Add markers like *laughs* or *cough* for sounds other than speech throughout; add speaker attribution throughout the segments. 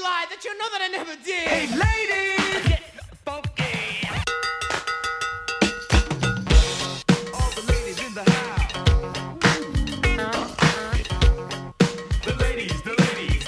Speaker 1: know that I never did.
Speaker 2: Hey, ladies, get funky. All the ladies in the house. The ladies, the ladies.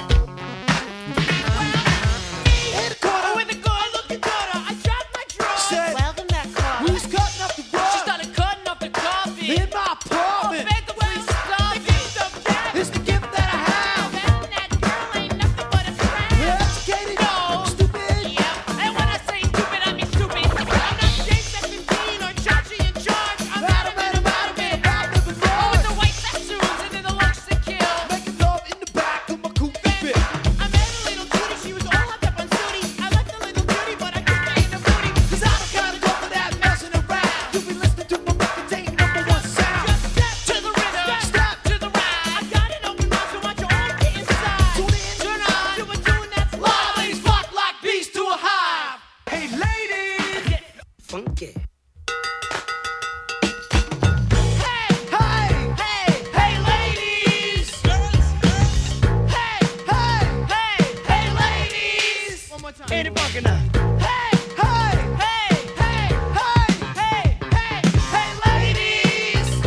Speaker 1: Hit a quarter with a girl looking daughter. I dropped my drawers.
Speaker 2: Said,
Speaker 3: Welcome back, Carl.
Speaker 2: who's cutting up the
Speaker 1: She
Speaker 2: rug
Speaker 1: started cutting up the coffee.
Speaker 2: in my
Speaker 1: Oh,
Speaker 2: apartment?
Speaker 1: back the way she started.
Speaker 2: It's the gift that I have.
Speaker 1: Back that girl ain't nothing but a friend.
Speaker 2: You're educated,
Speaker 1: No.
Speaker 2: stupid.
Speaker 1: Yeah, and when I say stupid, I mean stupid. I'm not Jason 15 or Chachi in charge. I'm not a man about it.
Speaker 2: Back of the
Speaker 1: Oh, with
Speaker 2: rug.
Speaker 1: the white tattoos and then the looks to kill.
Speaker 2: Making love in the back of my coupe fit.
Speaker 1: I met a little cutie, she was all hopped up on duty. I liked the little cutie, but I couldn't stay in the booty.
Speaker 2: Cause I don't gotta go for that messing around. You be listening to my record, ain't number one sound.
Speaker 1: Just step to the rhythm, step to the rhyme. I got an open mouth, so want you all to get inside.
Speaker 2: Tune in, turn on.
Speaker 1: To a tune that's live. Ladies flock like bees to a hive.
Speaker 2: Hey, ladies, get funky.
Speaker 1: Hey,
Speaker 2: Hey,
Speaker 1: hey, hey, ladies. Hey,
Speaker 2: hey,
Speaker 1: hey, hey, ladies. One more time. Hey, hey,
Speaker 2: hey,
Speaker 1: hey, hey, hey, hey, hey, ladies.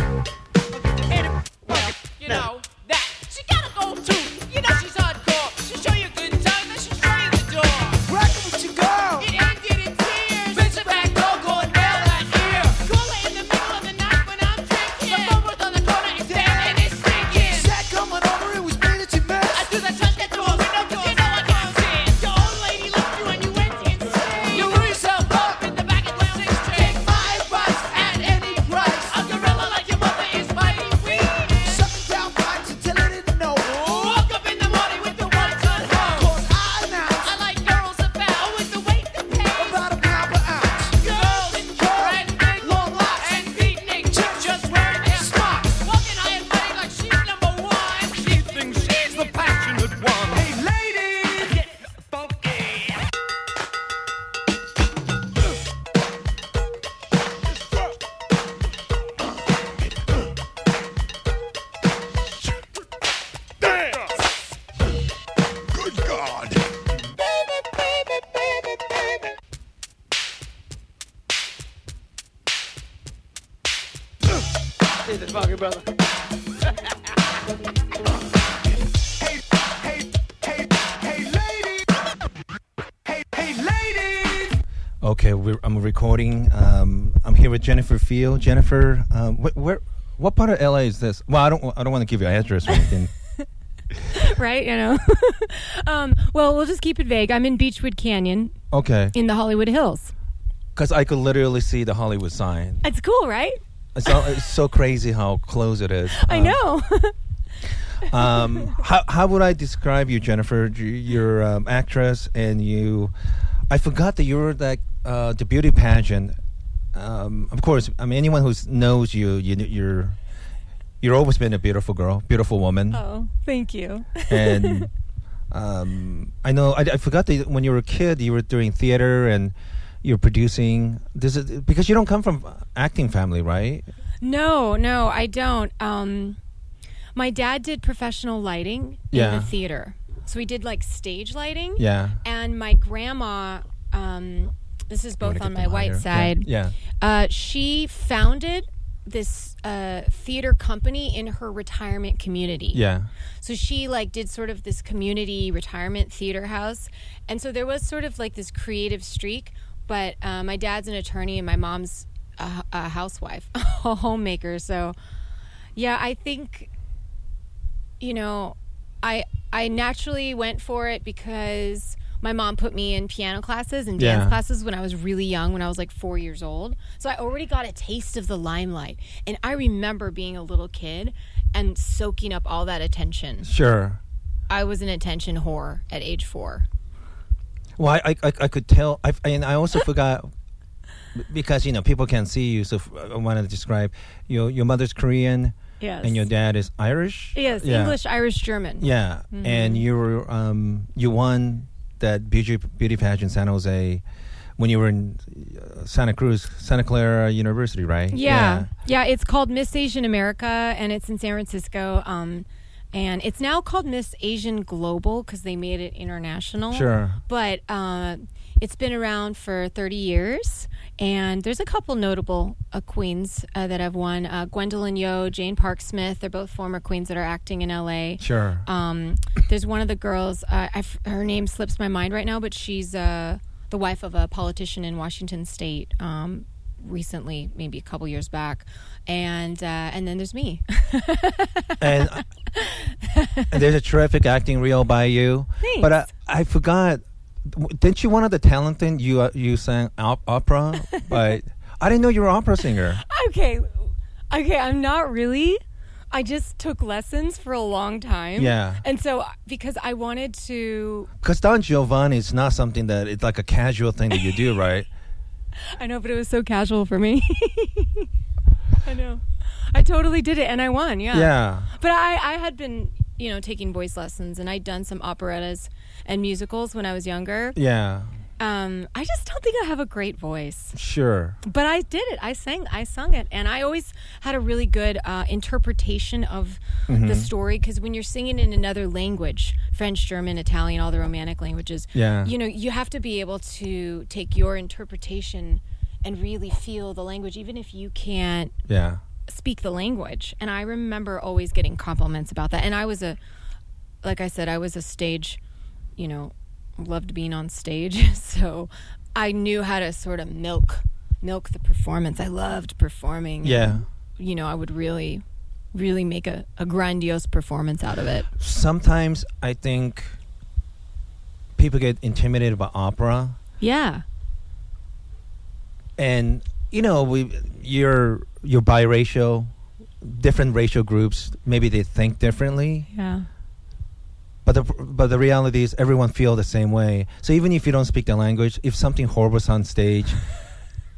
Speaker 1: And, well, you know, that. She gotta go too. You know she's hardcore. She show you a good time, then she show you the door.
Speaker 2: rockin' with your girl.
Speaker 1: It ended in tears. Bitch, a back door, go and nail that ear. Call her in the middle of the night when I'm drinking. The phone was on the corner, it's down and it's stinking.
Speaker 2: Said coming over, it was me that you
Speaker 1: I
Speaker 2: missed.
Speaker 1: threw that trash that door, window door, you know I can't see. Your old lady left you and you went insane. You threw yourself up in the back of the sixth train.
Speaker 2: My advice at any price.
Speaker 1: A gorilla like your mother is mighty weak.
Speaker 2: Sucking down pipes until I didn't know.
Speaker 1: Woke up in the morning with the one ton hoe.
Speaker 2: Cause I announced
Speaker 1: I like girls about with the weight that pays.
Speaker 2: about a pound per ounce.
Speaker 1: Girls in brand new
Speaker 2: Long locks and
Speaker 1: and beatnik chicks just wearing their smocks. Walking high and mighty like she's number one. She thinks she's the
Speaker 4: passionate one.
Speaker 2: hey, ladies, get funky.
Speaker 4: Good God.
Speaker 2: Hey, hey, hey, hey, ladies. Hey, hey, ladies.
Speaker 5: Okay, we're, I'm recording. Um, I'm here with Jennifer Field. Jennifer, um, wh- where, what part of LA is this? Well, I don't, I don't want to give you an address or
Speaker 6: *laughs*
Speaker 5: anything.
Speaker 6: right? You know. *laughs* um, well, we'll just keep it vague. I'm in Beechwood Canyon
Speaker 5: Okay,
Speaker 6: in the Hollywood Hills.
Speaker 5: because I could literally see the Hollywood sign.
Speaker 6: It's cool, right?
Speaker 5: It's, all, it's so crazy how close it is.
Speaker 6: I
Speaker 5: Um,
Speaker 6: know. *laughs*
Speaker 5: Um, how, how would I describe you, Jennifer? You- You're um, actress, and you. I forgot that you were like uh, the beauty pageant. Um, of course, I mean anyone who knows you, you you're you're always been a beautiful girl, beautiful woman,
Speaker 6: oh, thank
Speaker 5: *laughs*
Speaker 6: you.
Speaker 5: and um, I know I, I forgot that when you were a kid, you were doing theater and you're producing. This is because you don't come from acting family, right?
Speaker 6: No, no, I don't. Um, my dad did professional lighting
Speaker 5: Yeah.
Speaker 6: in the theater, so we did like stage lighting.
Speaker 5: Yeah,
Speaker 6: And my grandma, um, this is
Speaker 5: You wanna
Speaker 6: both on
Speaker 5: get
Speaker 6: my
Speaker 5: them
Speaker 6: white
Speaker 5: higher.
Speaker 6: side.
Speaker 5: Yeah.
Speaker 6: Uh, she founded this uh, theater company in her retirement community.
Speaker 5: yeah,
Speaker 6: So she like did sort of this community retirement theater house, and so there was sort of like this creative streak. But uh, my dad's an attorney, and my mom's a, a housewife, *laughs* a homemaker. So yeah, I think you know, I I naturally went for it because my mom put me in piano classes and dance
Speaker 5: Yeah.
Speaker 6: classes when I was really young, when I was like four years old. So I already got a taste of the limelight. And I remember being a little kid and soaking up all that attention.
Speaker 5: sure.
Speaker 6: I was an attention whore at age four.
Speaker 5: Well, I, I, I I could tell, I, and I
Speaker 6: *laughs*
Speaker 5: also forgot because you know people can see you. So f- I wanted to describe your your mother's Korean,
Speaker 6: Yes.
Speaker 5: and your dad is Irish.
Speaker 6: Yes,
Speaker 5: Yeah.
Speaker 6: English, Irish, German.
Speaker 5: Yeah, and you were um you won that beauty beauty pageant San Jose when you were in uh, Santa Cruz, Santa Clara University, right?
Speaker 6: Yeah. Yeah, it's called Miss Asian America and it's in San Francisco. Um, and it's now called Miss Asian Global because they made it international.
Speaker 5: Sure.
Speaker 6: but uh, it's been around for 30 years, and there's a couple notable uh, queens uh, that have won. Uh, Gwendolyn Yo, Jane Park Smith, they're both former queens that are acting in LA.
Speaker 5: Sure.
Speaker 6: Um, there's one of the girls. Uh, I f her name slips my mind right now, but she's uh, the wife of a politician in Washington State. Um, recently, maybe a couple years back, and uh, and then there's me.
Speaker 5: *laughs*
Speaker 6: *laughs*
Speaker 5: and, uh, and there's a terrific acting reel by you. But I,
Speaker 6: Thanks.
Speaker 5: I forgot. w- Didn't you one of the talented you uh, you sang op- opera? but I didn't know you were an opera singer.
Speaker 6: okay, okay, I'm not really. I just took lessons for a long time.
Speaker 5: Yeah.
Speaker 6: and so uh, because I wanted to
Speaker 5: Because Don Giovanni is not something that it's like a casual thing that you do, right?
Speaker 6: I know, but it was so casual for me. *laughs* I know. I totally did it and I won, yeah.
Speaker 5: Yeah.
Speaker 6: But I, I had been, you know, taking voice lessons and I'd done some operettas and musicals when I was younger.
Speaker 5: Yeah.
Speaker 6: Um, I just don't think I have a great voice.
Speaker 5: Sure.
Speaker 6: But I did it. I sang I sung it and I always had a really good uh, interpretation of the story cuz when you're singing in another language, French, German, Italian, all the romantic languages,
Speaker 5: Yeah.
Speaker 6: you know, you have to be able to take your interpretation and really feel the language even if you can't
Speaker 5: Yeah.
Speaker 6: speak the language. And I remember always getting compliments about that. And I was a, like I said, I was a stage, you know, loved being on stage. *laughs* So I knew how to sort of milk, milk the performance. I loved performing.
Speaker 5: Yeah.
Speaker 6: You know, I would really, really make a, a grandiose performance out of it.
Speaker 5: Sometimes I think people get intimidated by opera.
Speaker 6: Yeah.
Speaker 5: and you know we you're you're biracial different racial groups maybe they think differently
Speaker 6: Yeah.
Speaker 5: but the but the reality is everyone feel the same way so even if you don't speak the language if something horrible's on
Speaker 6: *laughs*
Speaker 5: stage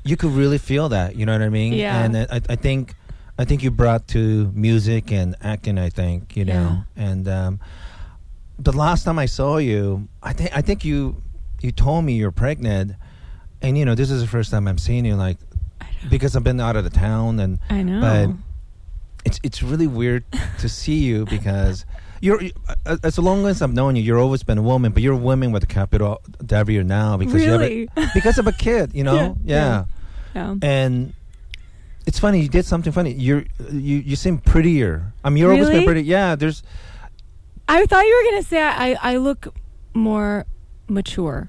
Speaker 5: you could really feel that you know what i mean
Speaker 6: Yeah.
Speaker 5: and uh, i, I think i think you brought to music and acting i think you know and um the last time i saw you i think i think you you told me you're pregnant and you know this is the first time i'm seeing you like because i've been out of the town and
Speaker 6: I know.
Speaker 5: But-
Speaker 6: Oh.
Speaker 5: it's it's really weird to see you because you're you- uh, as long as I've known you, you're always been a woman, but you're a woman with a capital W now because you
Speaker 6: Really?
Speaker 5: have a, *laughs* because of a kid, you know, yeah,
Speaker 6: *laughs* Yeah, yeah.
Speaker 5: and. It's funny you did something funny. You're you you seem prettier. I mean, you're always been
Speaker 6: Really?
Speaker 5: pretty. Yeah, there's
Speaker 6: I thought you were going to say I, I, I look more mature.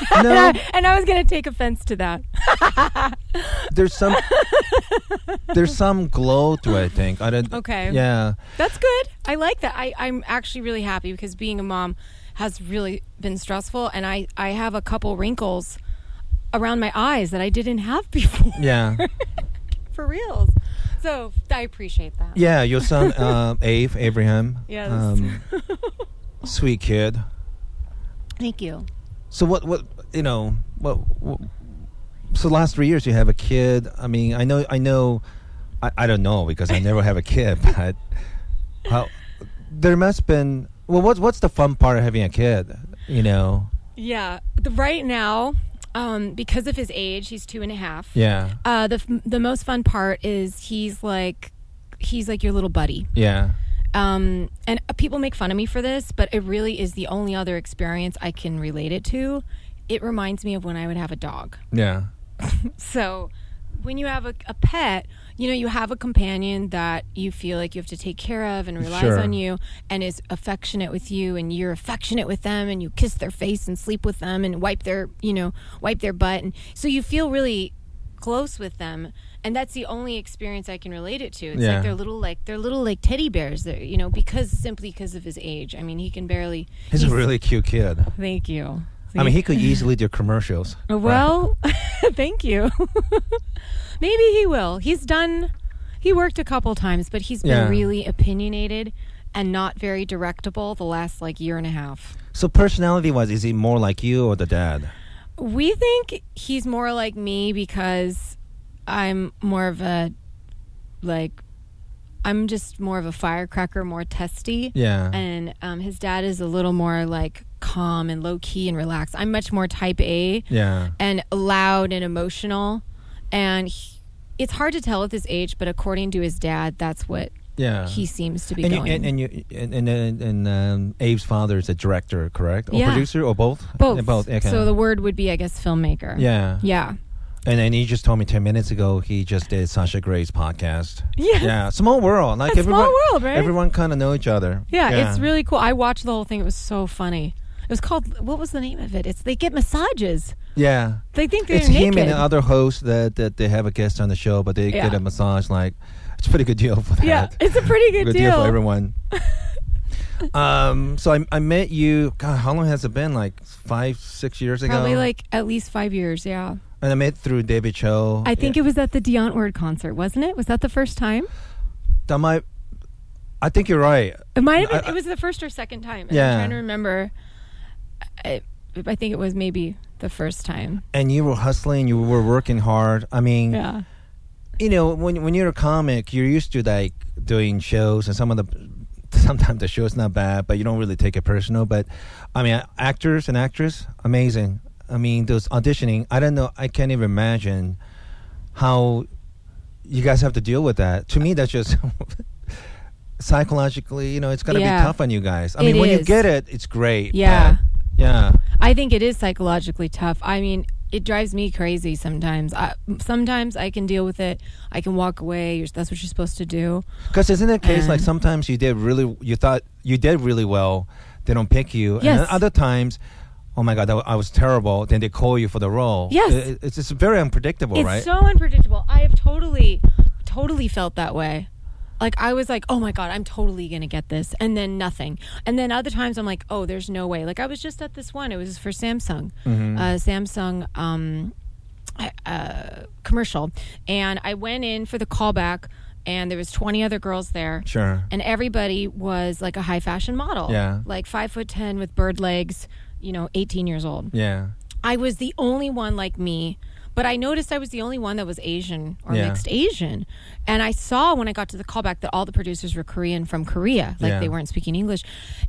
Speaker 6: *laughs*
Speaker 5: no
Speaker 6: and I was going to take offense to that.
Speaker 5: there's some there's some glow to it, I think. I don't.
Speaker 6: Okay.
Speaker 5: Yeah.
Speaker 6: That's good. I like that. I, I'm actually really happy because being a mom has really been stressful, and I, I have a couple wrinkles around my eyes that I didn't have *laughs* before.
Speaker 5: Yeah.
Speaker 6: For reals. So I appreciate that.
Speaker 5: Yeah, Um, your son uh, Ave Abraham.
Speaker 6: Yes. *laughs*
Speaker 5: sweet kid.
Speaker 6: Thank you.
Speaker 5: So what? What you know? What? what so last three years you have a kid. I mean, I know. I know. I, I don't know because I
Speaker 6: *laughs*
Speaker 5: never have a kid. *laughs* But how? There must been. Well, what's what's the fun part of having a kid? You know.
Speaker 6: Yeah. The, right now, um, because of his age, he's two and a half.
Speaker 5: Yeah.
Speaker 6: Uh, the, f- the most fun part is he's like he's like your little buddy.
Speaker 5: Yeah.
Speaker 6: um, and uh, people make fun of me for this, but it really is the only other experience I can relate it to. It reminds me of when I would have a dog.
Speaker 5: Yeah.
Speaker 6: So, when you have a, a pet, you know, you have a companion that you feel like you have to take care of and relies
Speaker 5: Sure.
Speaker 6: on you and is affectionate with you and you're affectionate with them and you kiss their face and sleep with them and wipe their, you know, wipe their butt. And so you feel really close with them. And that's the only experience I can relate it to. It's
Speaker 5: Yeah.
Speaker 6: like they're little like they're little like teddy bears. They're, you know, because simply because of his age. I mean, he can barely.
Speaker 5: He's a really cute kid.
Speaker 6: Thank you.
Speaker 5: I mean, he could easily do commercials.
Speaker 6: *laughs* Well, thank you. *laughs* Maybe he will. He's done. He worked a couple times, but he's been
Speaker 5: Yeah.
Speaker 6: really opinionated and not very directable the last like year and a half.
Speaker 5: So personality-wise, is he more like you or the dad?
Speaker 6: We think he's more like me because I'm more of a like I'm just more of a firecracker, more testy.
Speaker 5: Yeah.
Speaker 6: And um, his dad is a little more like calm and low key and relaxed. I'm much more type A.
Speaker 5: Yeah.
Speaker 6: and loud and emotional. And he- it's hard to tell at this age, but according to his dad, that's what
Speaker 5: yeah.
Speaker 6: he seems to be
Speaker 5: and you,
Speaker 6: going.
Speaker 5: and, and you and and, and, and um, Abe's father is a director, correct? Or
Speaker 6: Yeah.
Speaker 5: producer or both?
Speaker 6: both.
Speaker 5: both. Okay.
Speaker 6: So the word would be, I guess, filmmaker.
Speaker 5: yeah.
Speaker 6: Yeah.
Speaker 5: And then he just told me ten minutes ago he just did Sasha Gray's podcast.
Speaker 6: Yes.
Speaker 5: Yeah. Small world. Like
Speaker 6: A small
Speaker 5: everyone.
Speaker 6: world, right?
Speaker 5: Everyone kind of know each other.
Speaker 6: Yeah, it's really cool. I watched the whole thing. It was so funny. It was called what was the name of it? It's they get massages.
Speaker 5: Yeah.
Speaker 6: They think they're
Speaker 5: It's
Speaker 6: naked.
Speaker 5: him and the other host that, that they have a guest on the show, but they
Speaker 6: Yeah.
Speaker 5: get a massage. Like it's a pretty good deal for that.
Speaker 6: yeah, it's a pretty good,
Speaker 5: good deal. for everyone. um, so I, I met you. God, how long has it been? Like five, six years ago.
Speaker 6: *laughs* Probably like at least five years. Yeah,
Speaker 5: And I met through David Cho.
Speaker 6: I think it was at the Dion Ward concert, wasn't it? Was that the first time?
Speaker 5: That might. I think you're right.
Speaker 6: It might have
Speaker 5: I-
Speaker 6: been. it was the first or second time.
Speaker 5: Yeah.
Speaker 6: I'm trying to remember. I, I think it was maybe the first time.
Speaker 5: And you were hustling. You were working hard. I mean,
Speaker 6: Yeah.
Speaker 5: you know, when when you're a comic, you're used to like doing shows, and some of the sometimes the show's not bad, but you don't really take it personal. But I mean, actors and actress, amazing. I mean, those auditioning. I don't know. I can't even imagine how you guys have to deal with that. To me, that's just. *laughs* Psychologically, you know, it's gonna
Speaker 6: Yeah.
Speaker 5: be tough on you guys. I
Speaker 6: It
Speaker 5: mean, when you
Speaker 6: is.
Speaker 5: get it, it's great.
Speaker 6: Yeah.
Speaker 5: but- yeah.
Speaker 6: I think it is psychologically tough. I mean, it drives me crazy sometimes. I, sometimes I can deal with it. I can walk away. You're, that's what you're supposed to do.
Speaker 5: Because isn't it a case like
Speaker 6: And-
Speaker 5: sometimes you did really, you thought you did really well, they don't pick you, and then
Speaker 6: Yes.
Speaker 5: other times, oh my god, that, wa- I was terrible. Then they call you for the role.
Speaker 6: Yes.
Speaker 5: It- it's just very unpredictable,
Speaker 6: it's
Speaker 5: right?
Speaker 6: so unpredictable. I have totally, totally felt that way. Like I was like, oh my god, I'm totally gonna get this, and then nothing, and then other times I'm like, oh, there's no way. Like I was just at this one. It was for Samsung,
Speaker 5: Mm-hmm.
Speaker 6: uh, Samsung um, uh, commercial, and I went in for the callback, and there was 20 other girls there.
Speaker 5: Sure.
Speaker 6: and everybody was like a high fashion model.
Speaker 5: Yeah.
Speaker 6: like five foot ten with bird legs. You know, 18 years old.
Speaker 5: yeah.
Speaker 6: I was the only one like me, but I noticed I was the only one that was Asian or
Speaker 5: Yeah.
Speaker 6: mixed Asian. And I saw when I got to the callback that all the producers were Korean from Korea, like
Speaker 5: Yeah.
Speaker 6: they weren't speaking English.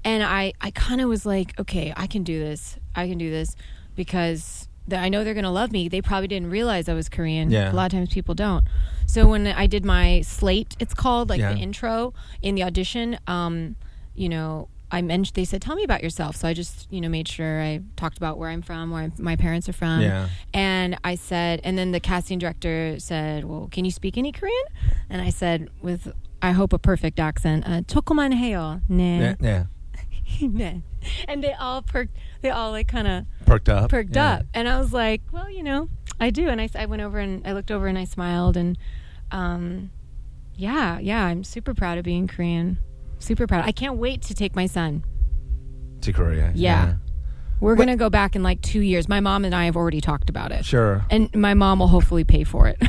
Speaker 6: And I, I kind of was like, okay, I can do this. I can do this because the, I know they're going to love me. They probably didn't realize I was Korean.
Speaker 5: Yeah.
Speaker 6: A lot of times people don't. So when I did my slate, it's called like
Speaker 5: Yeah.
Speaker 6: the intro in the audition, um, you know, I mentioned they said, "Tell me about yourself." So I just, you know, made sure I talked about where I'm from, where I'm, my parents are from,
Speaker 5: Yeah.
Speaker 6: and I said, and then the casting director said, "Well, can you speak any Korean?" And I said, with I hope a perfect accent, uh, "조금만 해요,
Speaker 5: yeah,
Speaker 6: *laughs* 네,
Speaker 5: yeah.
Speaker 6: 네," and they all perked, they all like kind of
Speaker 5: Perked up.
Speaker 6: perked
Speaker 5: Yeah.
Speaker 6: up, and I was like, "Well, you know, I do." And I, s- I went over and I looked over and I smiled, and um, yeah, yeah, I'm super proud of being Korean. Super proud. I can't wait to take my son.
Speaker 5: to Korea.
Speaker 6: Yeah. We're going to go back in like two years. My mom and I have already talked about it.
Speaker 5: Sure.
Speaker 6: And my mom will hopefully pay
Speaker 5: *laughs*
Speaker 6: for it.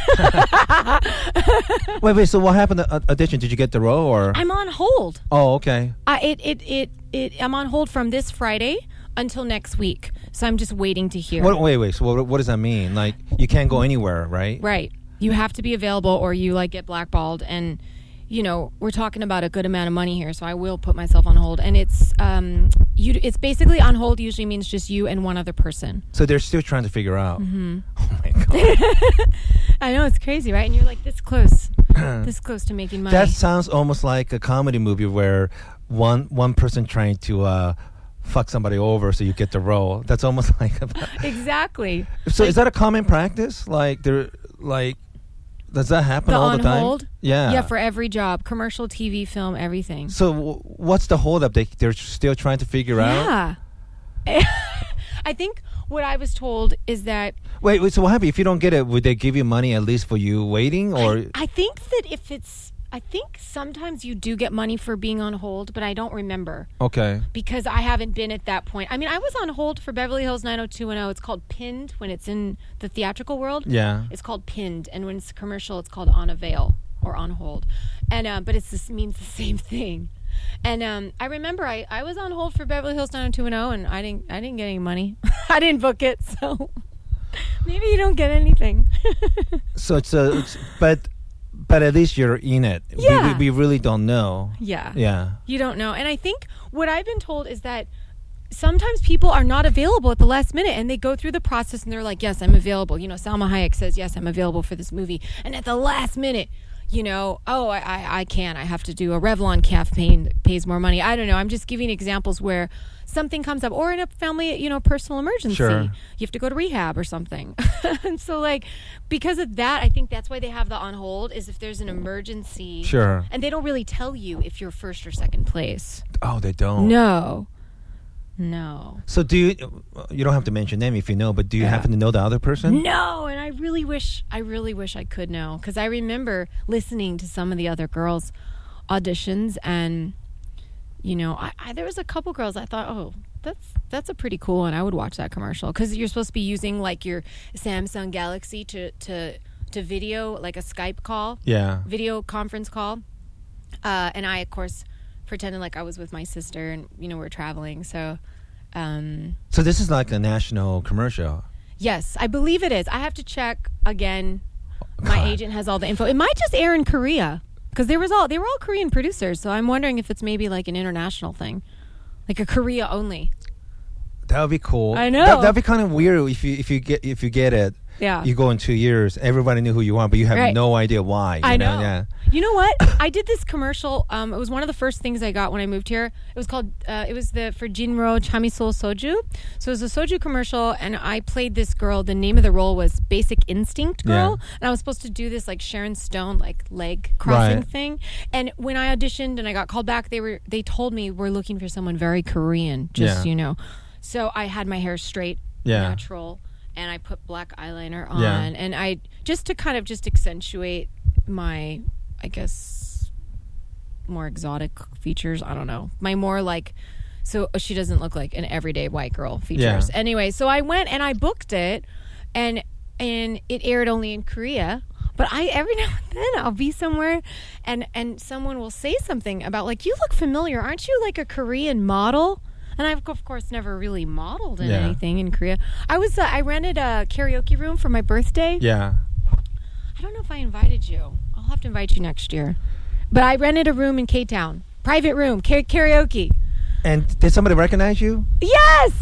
Speaker 5: Wait, wait. So what happened to au- audition? Did you get the role or?
Speaker 6: I'm on hold.
Speaker 5: oh, okay.
Speaker 6: I, it, it, it, it, I'm on hold from this Friday until next week. So I'm just waiting to hear.
Speaker 5: What, wait, wait. So what, what does that mean? Like you can't go anywhere, right?
Speaker 6: Right. You have to be available or you like get blackballed and you know, we're talking about a good amount of money here, so I will put myself on hold. And it's um you it's basically on hold usually means just you and one other person.
Speaker 5: So they're still trying to figure out.
Speaker 6: Mm-hmm.
Speaker 5: *laughs* Oh my god.
Speaker 6: I know it's crazy, right? And you're like this close.
Speaker 5: *clears throat*
Speaker 6: this close to making money.
Speaker 5: That sounds almost like a comedy movie where one one person trying to uh, fuck somebody over so you get the role. That's almost *laughs* like. A,
Speaker 6: *laughs* exactly.
Speaker 5: so is that a common practice? Like there, like does that happen
Speaker 6: The
Speaker 5: all
Speaker 6: on
Speaker 5: the time?
Speaker 6: hold?
Speaker 5: Yeah.
Speaker 6: Yeah, for every job, commercial, TV, film, everything.
Speaker 5: so w- what's the holdup? They they're still trying to figure out.
Speaker 6: Yeah. *laughs* I think what I was told is that
Speaker 5: Wait, wait. So what happens if you don't get it? Would they give you money at least for you waiting or?
Speaker 6: I think that if it's I think sometimes you do get money for being on hold, but I don't remember
Speaker 5: okay.
Speaker 6: because I haven't been at that point. I mean, I was on hold for Beverly Hills 90210. It's called Pinned when it's in the theatrical world.
Speaker 5: Yeah.
Speaker 6: It's called Pinned and when it's commercial it's called on a veil or on hold. And uh, but it's this means the same thing. And um, I remember I, I was on hold for Beverly Hills 90210 and I didn't I didn't get any money. *laughs* I didn't book it, so *laughs* maybe you don't get anything. *laughs*
Speaker 5: So it's a. It's, but but at least you're in it. We-
Speaker 6: Yeah.
Speaker 5: We, we really don't know.
Speaker 6: yeah.
Speaker 5: Yeah.
Speaker 6: You don't know. And I think what I've been told is that sometimes people are not available at the last minute and they go through the process and they're like, yes, I'm available. You know, Salma Hayek says, yes, I'm available for this movie. And at the last minute, you know, oh, I, I, I can't. I have to do a Revlon campaign that pays more money. I don't know. I'm just giving examples where something comes up, or in a family, you know, personal emergency,
Speaker 5: Sure.
Speaker 6: you have to go to rehab or something. *laughs* and so, like, because of that, I think that's why they have the on hold is if there's an emergency.
Speaker 5: Sure.
Speaker 6: And they don't really tell you if you're first or second place.
Speaker 5: Oh, they don't.
Speaker 6: No. No.
Speaker 5: So do you? You don't have to mention them if you know, but do you happen to know the other person?
Speaker 6: No, and I really wish I really wish I could know because I remember listening to some of the other girls' auditions, and you know, I, I there was a couple girls I thought, oh, that's that's a pretty cool one. I would watch that commercial because you're supposed to be using like your Samsung Galaxy to to to video like a Skype call,
Speaker 5: Yeah.
Speaker 6: video conference call, uh, and I of course pretended like I was with my sister, and you know, we're traveling, so. Um,
Speaker 5: So this is like a national commercial.
Speaker 6: Yes, I believe it is. I have to check again.
Speaker 5: God.
Speaker 6: My agent has all the info. It might just air in Korea because there was all they were all Korean producers. So I'm wondering if it's maybe like an international thing, like a Korea only.
Speaker 5: That would be cool.
Speaker 6: I know.
Speaker 5: That would be kind of weird if you if you get if you get it.
Speaker 6: Yeah.
Speaker 5: You go in two years, everybody knew who you are, but you have
Speaker 6: Right.
Speaker 5: no idea why. you
Speaker 6: I know.
Speaker 5: Yeah.
Speaker 6: You know what? I did this commercial. Um, it was one of the first things I got when I moved here. It was called. Uh, it was the for Jinro Chamisol Soju. So it was a soju commercial, and I played this girl. The name of the role was Basic Instinct Girl,
Speaker 5: Yeah.
Speaker 6: and I was supposed to do this like Sharon Stone like leg crossing
Speaker 5: Right.
Speaker 6: thing. And when I auditioned and I got called back, they were they told me we're looking for someone very Korean. Just
Speaker 5: Yeah.
Speaker 6: you know, so I had my hair straight,
Speaker 5: Yeah.
Speaker 6: natural, and I put black eyeliner on
Speaker 5: Yeah.
Speaker 6: and I just to kind of just accentuate my I guess more exotic features, I don't know. My more like so oh, she doesn't look like an everyday white girl features.
Speaker 5: Yeah.
Speaker 6: Anyway, so I went and I booked it and and it aired only in Korea. But I every *laughs* now and then I'll be somewhere and and someone will say something about like you look familiar, aren't you like a Korean model? And I've of course never really modeled in
Speaker 5: Yeah.
Speaker 6: anything thing in Korea. I was uh, I rented a karaoke room for my birthday.
Speaker 5: Yeah.
Speaker 6: I don't know if I invited you. I'll have to invite you next year. But I rented a room in K Town, private room, ka- karaoke.
Speaker 5: And did somebody recognize you?
Speaker 6: Yes.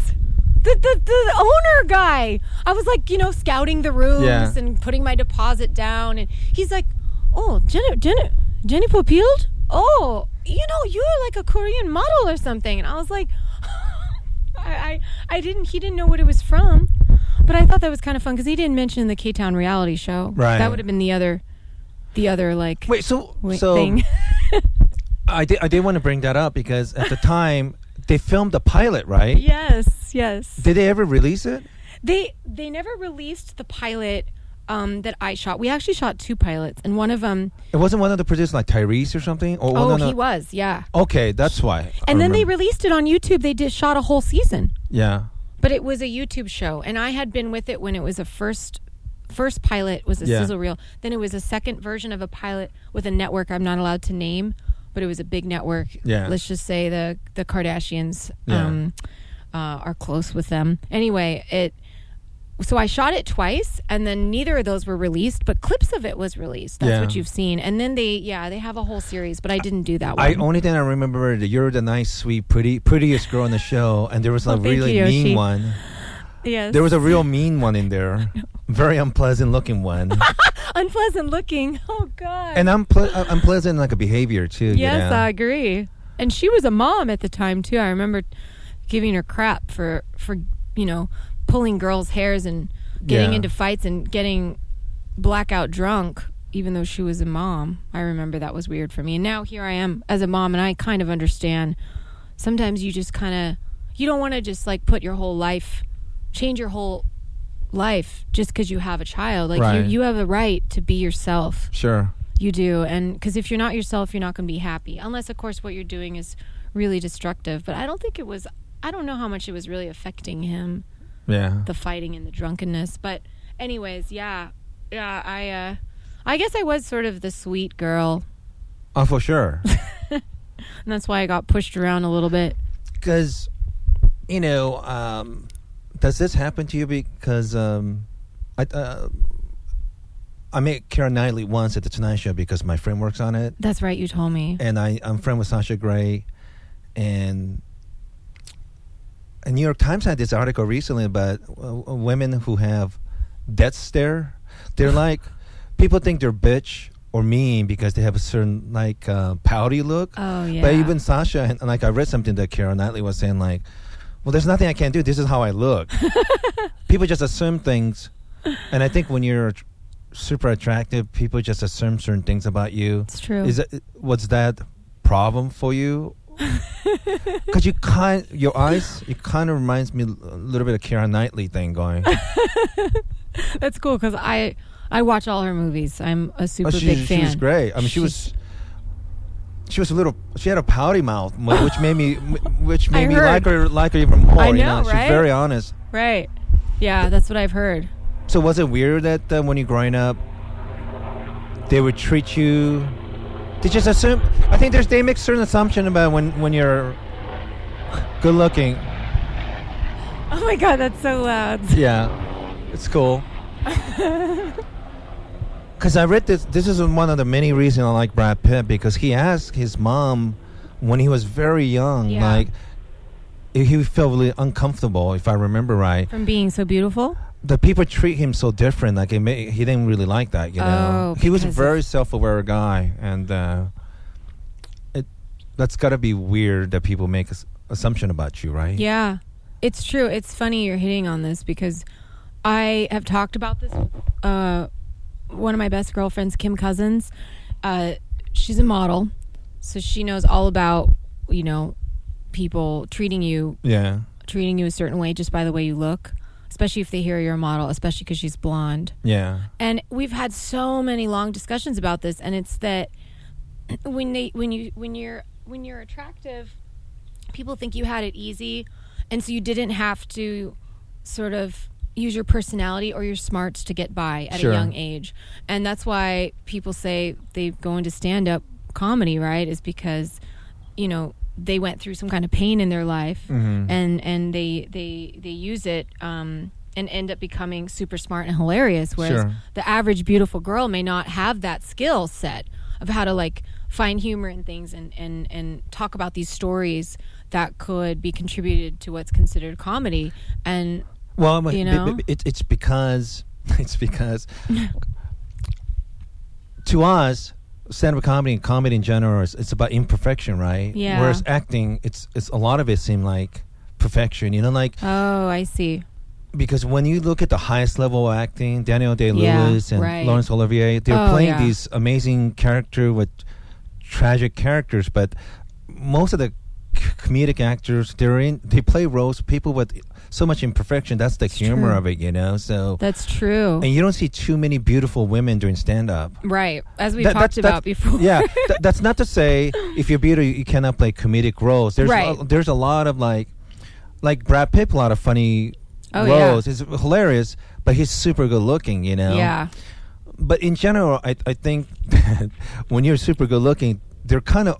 Speaker 6: The, the, the owner guy. I was like, you know, scouting the rooms
Speaker 5: Yeah.
Speaker 6: and putting my deposit down. And he's like, oh, Jenny, Jenny, Jenny Popield? Oh, you know, you're like a Korean model or something. And I was like, *laughs* I, I, I didn't, he didn't know what it was from. But I thought that was kind of fun because he didn't mention the K Town reality show.
Speaker 5: Right.
Speaker 6: That would have been the other, the other like
Speaker 5: Wait. So
Speaker 6: wi-
Speaker 5: so
Speaker 6: thing. *laughs*
Speaker 5: I did I did want to bring that up because at the time they filmed the pilot, right?
Speaker 6: yes, yes.
Speaker 5: Did they ever release it?
Speaker 6: They they never released the pilot um, that I shot. We actually shot two pilots, and one of them.
Speaker 5: It wasn't one of the producers like Tyrese or something. Or one
Speaker 6: oh,
Speaker 5: of the-
Speaker 6: he was, yeah.
Speaker 5: Okay, that's why. I
Speaker 6: and then they
Speaker 5: remember.
Speaker 6: released it on YouTube. They did shot a whole season,
Speaker 5: yeah.
Speaker 6: but it was a YouTube show, and I had been with it when it was a first. First pilot was a
Speaker 5: Yeah.
Speaker 6: sizzle reel. Then it was a second version of a pilot with a network I'm not allowed to name, but it was a big network.
Speaker 5: Yeah.
Speaker 6: Let's just say the the Kardashians
Speaker 5: Yeah.
Speaker 6: um, uh, are close with them. Anyway, it so I shot it twice, and then neither of those were released, but clips of it was released. That's
Speaker 5: Yeah.
Speaker 6: what you've seen. And then they, yeah, they have a whole series, but I didn't do that one.
Speaker 5: I only thing I remember that you're the nice, sweet, pretty, prettiest girl on the show, and there was a
Speaker 6: Well, Oh, thank
Speaker 5: really
Speaker 6: you,
Speaker 5: mean
Speaker 6: Yoshi.
Speaker 5: one.
Speaker 6: yes,
Speaker 5: There was a real mean one in
Speaker 6: *laughs*
Speaker 5: there, very unpleasant looking one,
Speaker 6: unpleasant looking. *laughs* Oh God.
Speaker 5: and unple- uh, unpleasant like a behavior too. you
Speaker 6: yes,
Speaker 5: know?
Speaker 6: I agree. And she was a mom at the time too. I remember giving her crap for for you know pulling girls' hairs and getting
Speaker 5: Yeah.
Speaker 6: into fights and getting blackout drunk. Even though she was a mom, I remember that was weird for me. And now here I am as a mom, and I kind of understand. Sometimes you just kind of you don't want to just like put your whole life, change your whole life just because you have a child. Like
Speaker 5: Right.
Speaker 6: you, you have a right to be yourself.
Speaker 5: sure.
Speaker 6: You do, and because if you're not yourself, you're not going to be happy. Unless, of course, what you're doing is really destructive. But I don't think it was. I don't know how much it was really affecting him,
Speaker 5: Yeah.
Speaker 6: the fighting and the drunkenness. But, anyways, yeah, yeah. I, uh, I guess I was sort of the sweet girl,
Speaker 5: oh, for
Speaker 6: *laughs*
Speaker 5: sure.
Speaker 6: and that's why I got pushed around a little bit.
Speaker 5: Because, you know, um, does this happen to you? Because um, I. Uh, I met Kara Knightley once at the Tonight Show because my friend works on it.
Speaker 6: That's right, you told me.
Speaker 5: and I, I'm friend with Sasha Gray, and and New York Times had this article recently about uh,
Speaker 6: *laughs*
Speaker 5: women who have death stare. They're like people think they're bitch or mean because they have a certain like uh, pouty look.
Speaker 6: Oh,
Speaker 5: But
Speaker 6: yeah.
Speaker 5: even Sasha and like I read something that Karen Knightley was saying like, well, there's nothing I can do. This is how I
Speaker 6: *laughs*
Speaker 5: look. people just assume things, and I think when you're att- super attractive, people just assume certain things about you.
Speaker 6: It's true.
Speaker 5: Is that was that problem for you? Because you kind your eyes, it kind of reminds me a little bit of Karen Knightley thing
Speaker 6: *laughs*
Speaker 5: going.
Speaker 6: *laughs* That's cool because I I watch all her movies. I'm a super
Speaker 5: Oh, she,
Speaker 6: big
Speaker 5: she
Speaker 6: fan.
Speaker 5: was great. I mean, she was. She was a little. She had a pouty mouth, wh- which made me, wh- which made
Speaker 6: I
Speaker 5: me like
Speaker 6: heard.
Speaker 5: her, like her even more.
Speaker 6: I
Speaker 5: you
Speaker 6: know,
Speaker 5: She's
Speaker 6: right?
Speaker 5: very honest.
Speaker 6: right. Yeah, that's what I've heard.
Speaker 5: So was it weird that uh, when you're growing up, they would treat you? They just assume. I think there's they make certain assumption about when when you're good looking.
Speaker 6: Oh my god, that's so loud.
Speaker 5: Yeah, it's
Speaker 6: *laughs*
Speaker 5: cool. Because I read this. This is one of the many reasons I like Brad Pitt because he asked his mom when he was very young,
Speaker 6: Yeah.
Speaker 5: like he felt really uncomfortable, if I remember right.
Speaker 6: From being so beautiful.
Speaker 5: The people treat him so different. Like it may, he didn't really like that. You know,
Speaker 6: Oh,
Speaker 5: he was a
Speaker 6: because
Speaker 5: very
Speaker 6: of-
Speaker 5: self-aware guy, and uh, it that's got to be weird that people make ass- assumption about you, right?
Speaker 6: Yeah, it's true. It's funny you're hitting on this because I have talked about this. With, uh, one of my best girlfriends, Kim Cousins, uh, she's a model, so she knows all about you know people treating you
Speaker 5: Yeah.
Speaker 6: treating you a certain way just by the way you look, especially if they hear you're a model, especially because she's blonde.
Speaker 5: Yeah.
Speaker 6: And we've had so many long discussions about this, and it's that when they when you when you're when you're attractive, people think you had it easy, and so you didn't have to sort of use your personality or your smarts to get by at
Speaker 5: Sure.
Speaker 6: a young age, and that's why people say they go into stand up comedy, right? Is because you know they went through some kind of pain in their life and and they they they use it um and end up becoming super smart and hilarious whereas
Speaker 5: Sure.
Speaker 6: the average beautiful girl may not have that skill set of how to like find humor in things and and and talk about these stories that could be contributed to what's considered comedy and
Speaker 5: Well, I'm-
Speaker 6: You
Speaker 5: b- b-
Speaker 6: know?
Speaker 5: it, it's because *laughs* it's
Speaker 6: *laughs*
Speaker 5: because to us, stand-up comedy and comedy in general is it's about imperfection, right?
Speaker 6: Yeah.
Speaker 5: Whereas acting, it's it's a lot of it seem like perfection. You know, like
Speaker 6: oh i see
Speaker 5: because when you look at the highest level of acting, Daniel Day
Speaker 6: Yeah,
Speaker 5: Lewis and
Speaker 6: right.
Speaker 5: Laurence Olivier, they're
Speaker 6: Oh,
Speaker 5: playing
Speaker 6: yeah.
Speaker 5: these amazing character with tragic characters, but most of the c- comedic actors they're in they play roles people with so much imperfection that's the humor
Speaker 6: true.
Speaker 5: of it you know so
Speaker 6: that's true
Speaker 5: and you don't see too many beautiful women doing stand up
Speaker 6: right as we
Speaker 5: that-
Speaker 6: talked
Speaker 5: that's-
Speaker 6: about
Speaker 5: that's-
Speaker 6: before
Speaker 5: Yeah, Th- that's not to say if you're beautiful you cannot play comedic roles. There's
Speaker 6: Right.
Speaker 5: a, there's a lot of like like Brad Pitt, a lot of funny
Speaker 6: Oh, yeah.
Speaker 5: roles. It's hilarious, but he's super good looking. You know.
Speaker 6: *laughs* yeah
Speaker 5: But in general, I I think *laughs* that when you're super good looking, they're kind of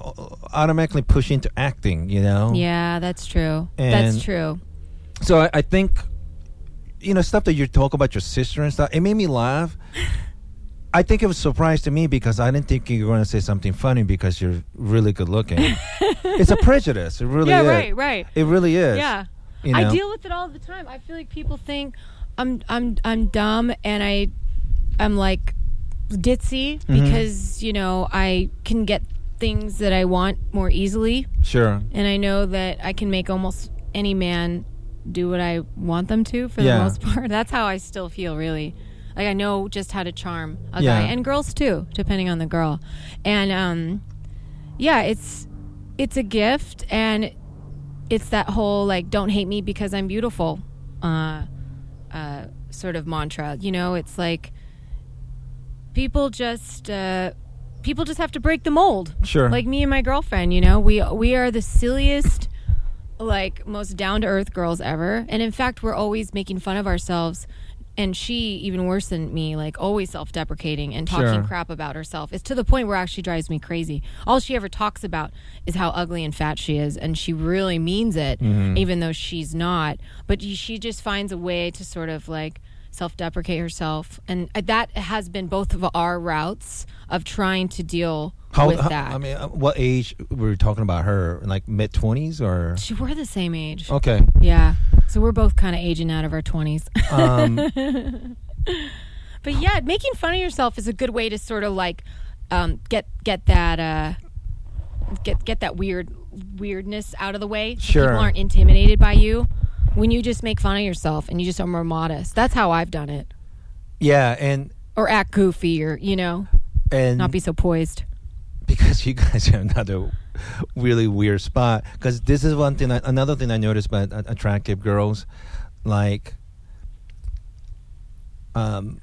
Speaker 5: automatically pushed into acting. You know.
Speaker 6: yeah that's true
Speaker 5: And-
Speaker 6: that's true
Speaker 5: So I, I think, you know, stuff that you talk about your sister and stuff, it made me
Speaker 6: *laughs*
Speaker 5: laugh. I think it was a surprise to me because I didn't think you were going to say something funny because you're really good
Speaker 6: *laughs*
Speaker 5: looking. it's a prejudice. It really
Speaker 6: yeah
Speaker 5: is.
Speaker 6: right right
Speaker 5: It really is.
Speaker 6: Yeah.
Speaker 5: You
Speaker 6: I
Speaker 5: know?
Speaker 6: deal with it all the time. I feel like people think I'm I'm I'm dumb and I I'm like ditzy
Speaker 5: Mm-hmm.
Speaker 6: because, you know, I can get things that I want more easily
Speaker 5: Sure.
Speaker 6: and I know that I can make almost any man do what I want them to for
Speaker 5: Yeah.
Speaker 6: the most *laughs* part. That's how I still feel really. Like I know just how to charm a
Speaker 5: Yeah.
Speaker 6: guy and girls too, depending on the girl. And um yeah, it's it's a gift and it's that whole like don't hate me because I'm beautiful uh uh sort of mantra. You know, it's like people just uh people just have to break the mold.
Speaker 5: Sure.
Speaker 6: Like me and my girlfriend, you know, we we are the silliest like most down to earth girls ever. And in fact, we're always making fun of ourselves. And she, even worse than me, like always self deprecating and talking
Speaker 5: Sure.
Speaker 6: crap about herself. It's to the point where it actually drives me crazy. All she ever talks about is how ugly and fat she is. And she really means it,
Speaker 5: Mm-hmm.
Speaker 6: even though she's not. But y- she just finds a way to sort of like self deprecate herself. And uh, that has been both of our routes of trying to deal with
Speaker 5: how-
Speaker 6: that.
Speaker 5: I mean, uh, what age were you talking about her? Like mid 20s or?
Speaker 6: she, we're the same age.
Speaker 5: Okay.
Speaker 6: Yeah. So we're both kind of aging out of our 20s.
Speaker 5: Um,
Speaker 6: *laughs* but yeah, making fun of yourself is a good way to sort of like um, get get that uh, get get that weird weirdness out of the way. So
Speaker 5: Sure.
Speaker 6: people aren't intimidated by you when you just make fun of yourself and you just are more modest. That's how I've done it,
Speaker 5: Yeah, and
Speaker 6: or act goofy, or you know,
Speaker 5: and
Speaker 6: not be so poised.
Speaker 5: because you guys are another really weird spot. Because this is one thing, I, another thing I noticed about uh, attractive girls, like, um,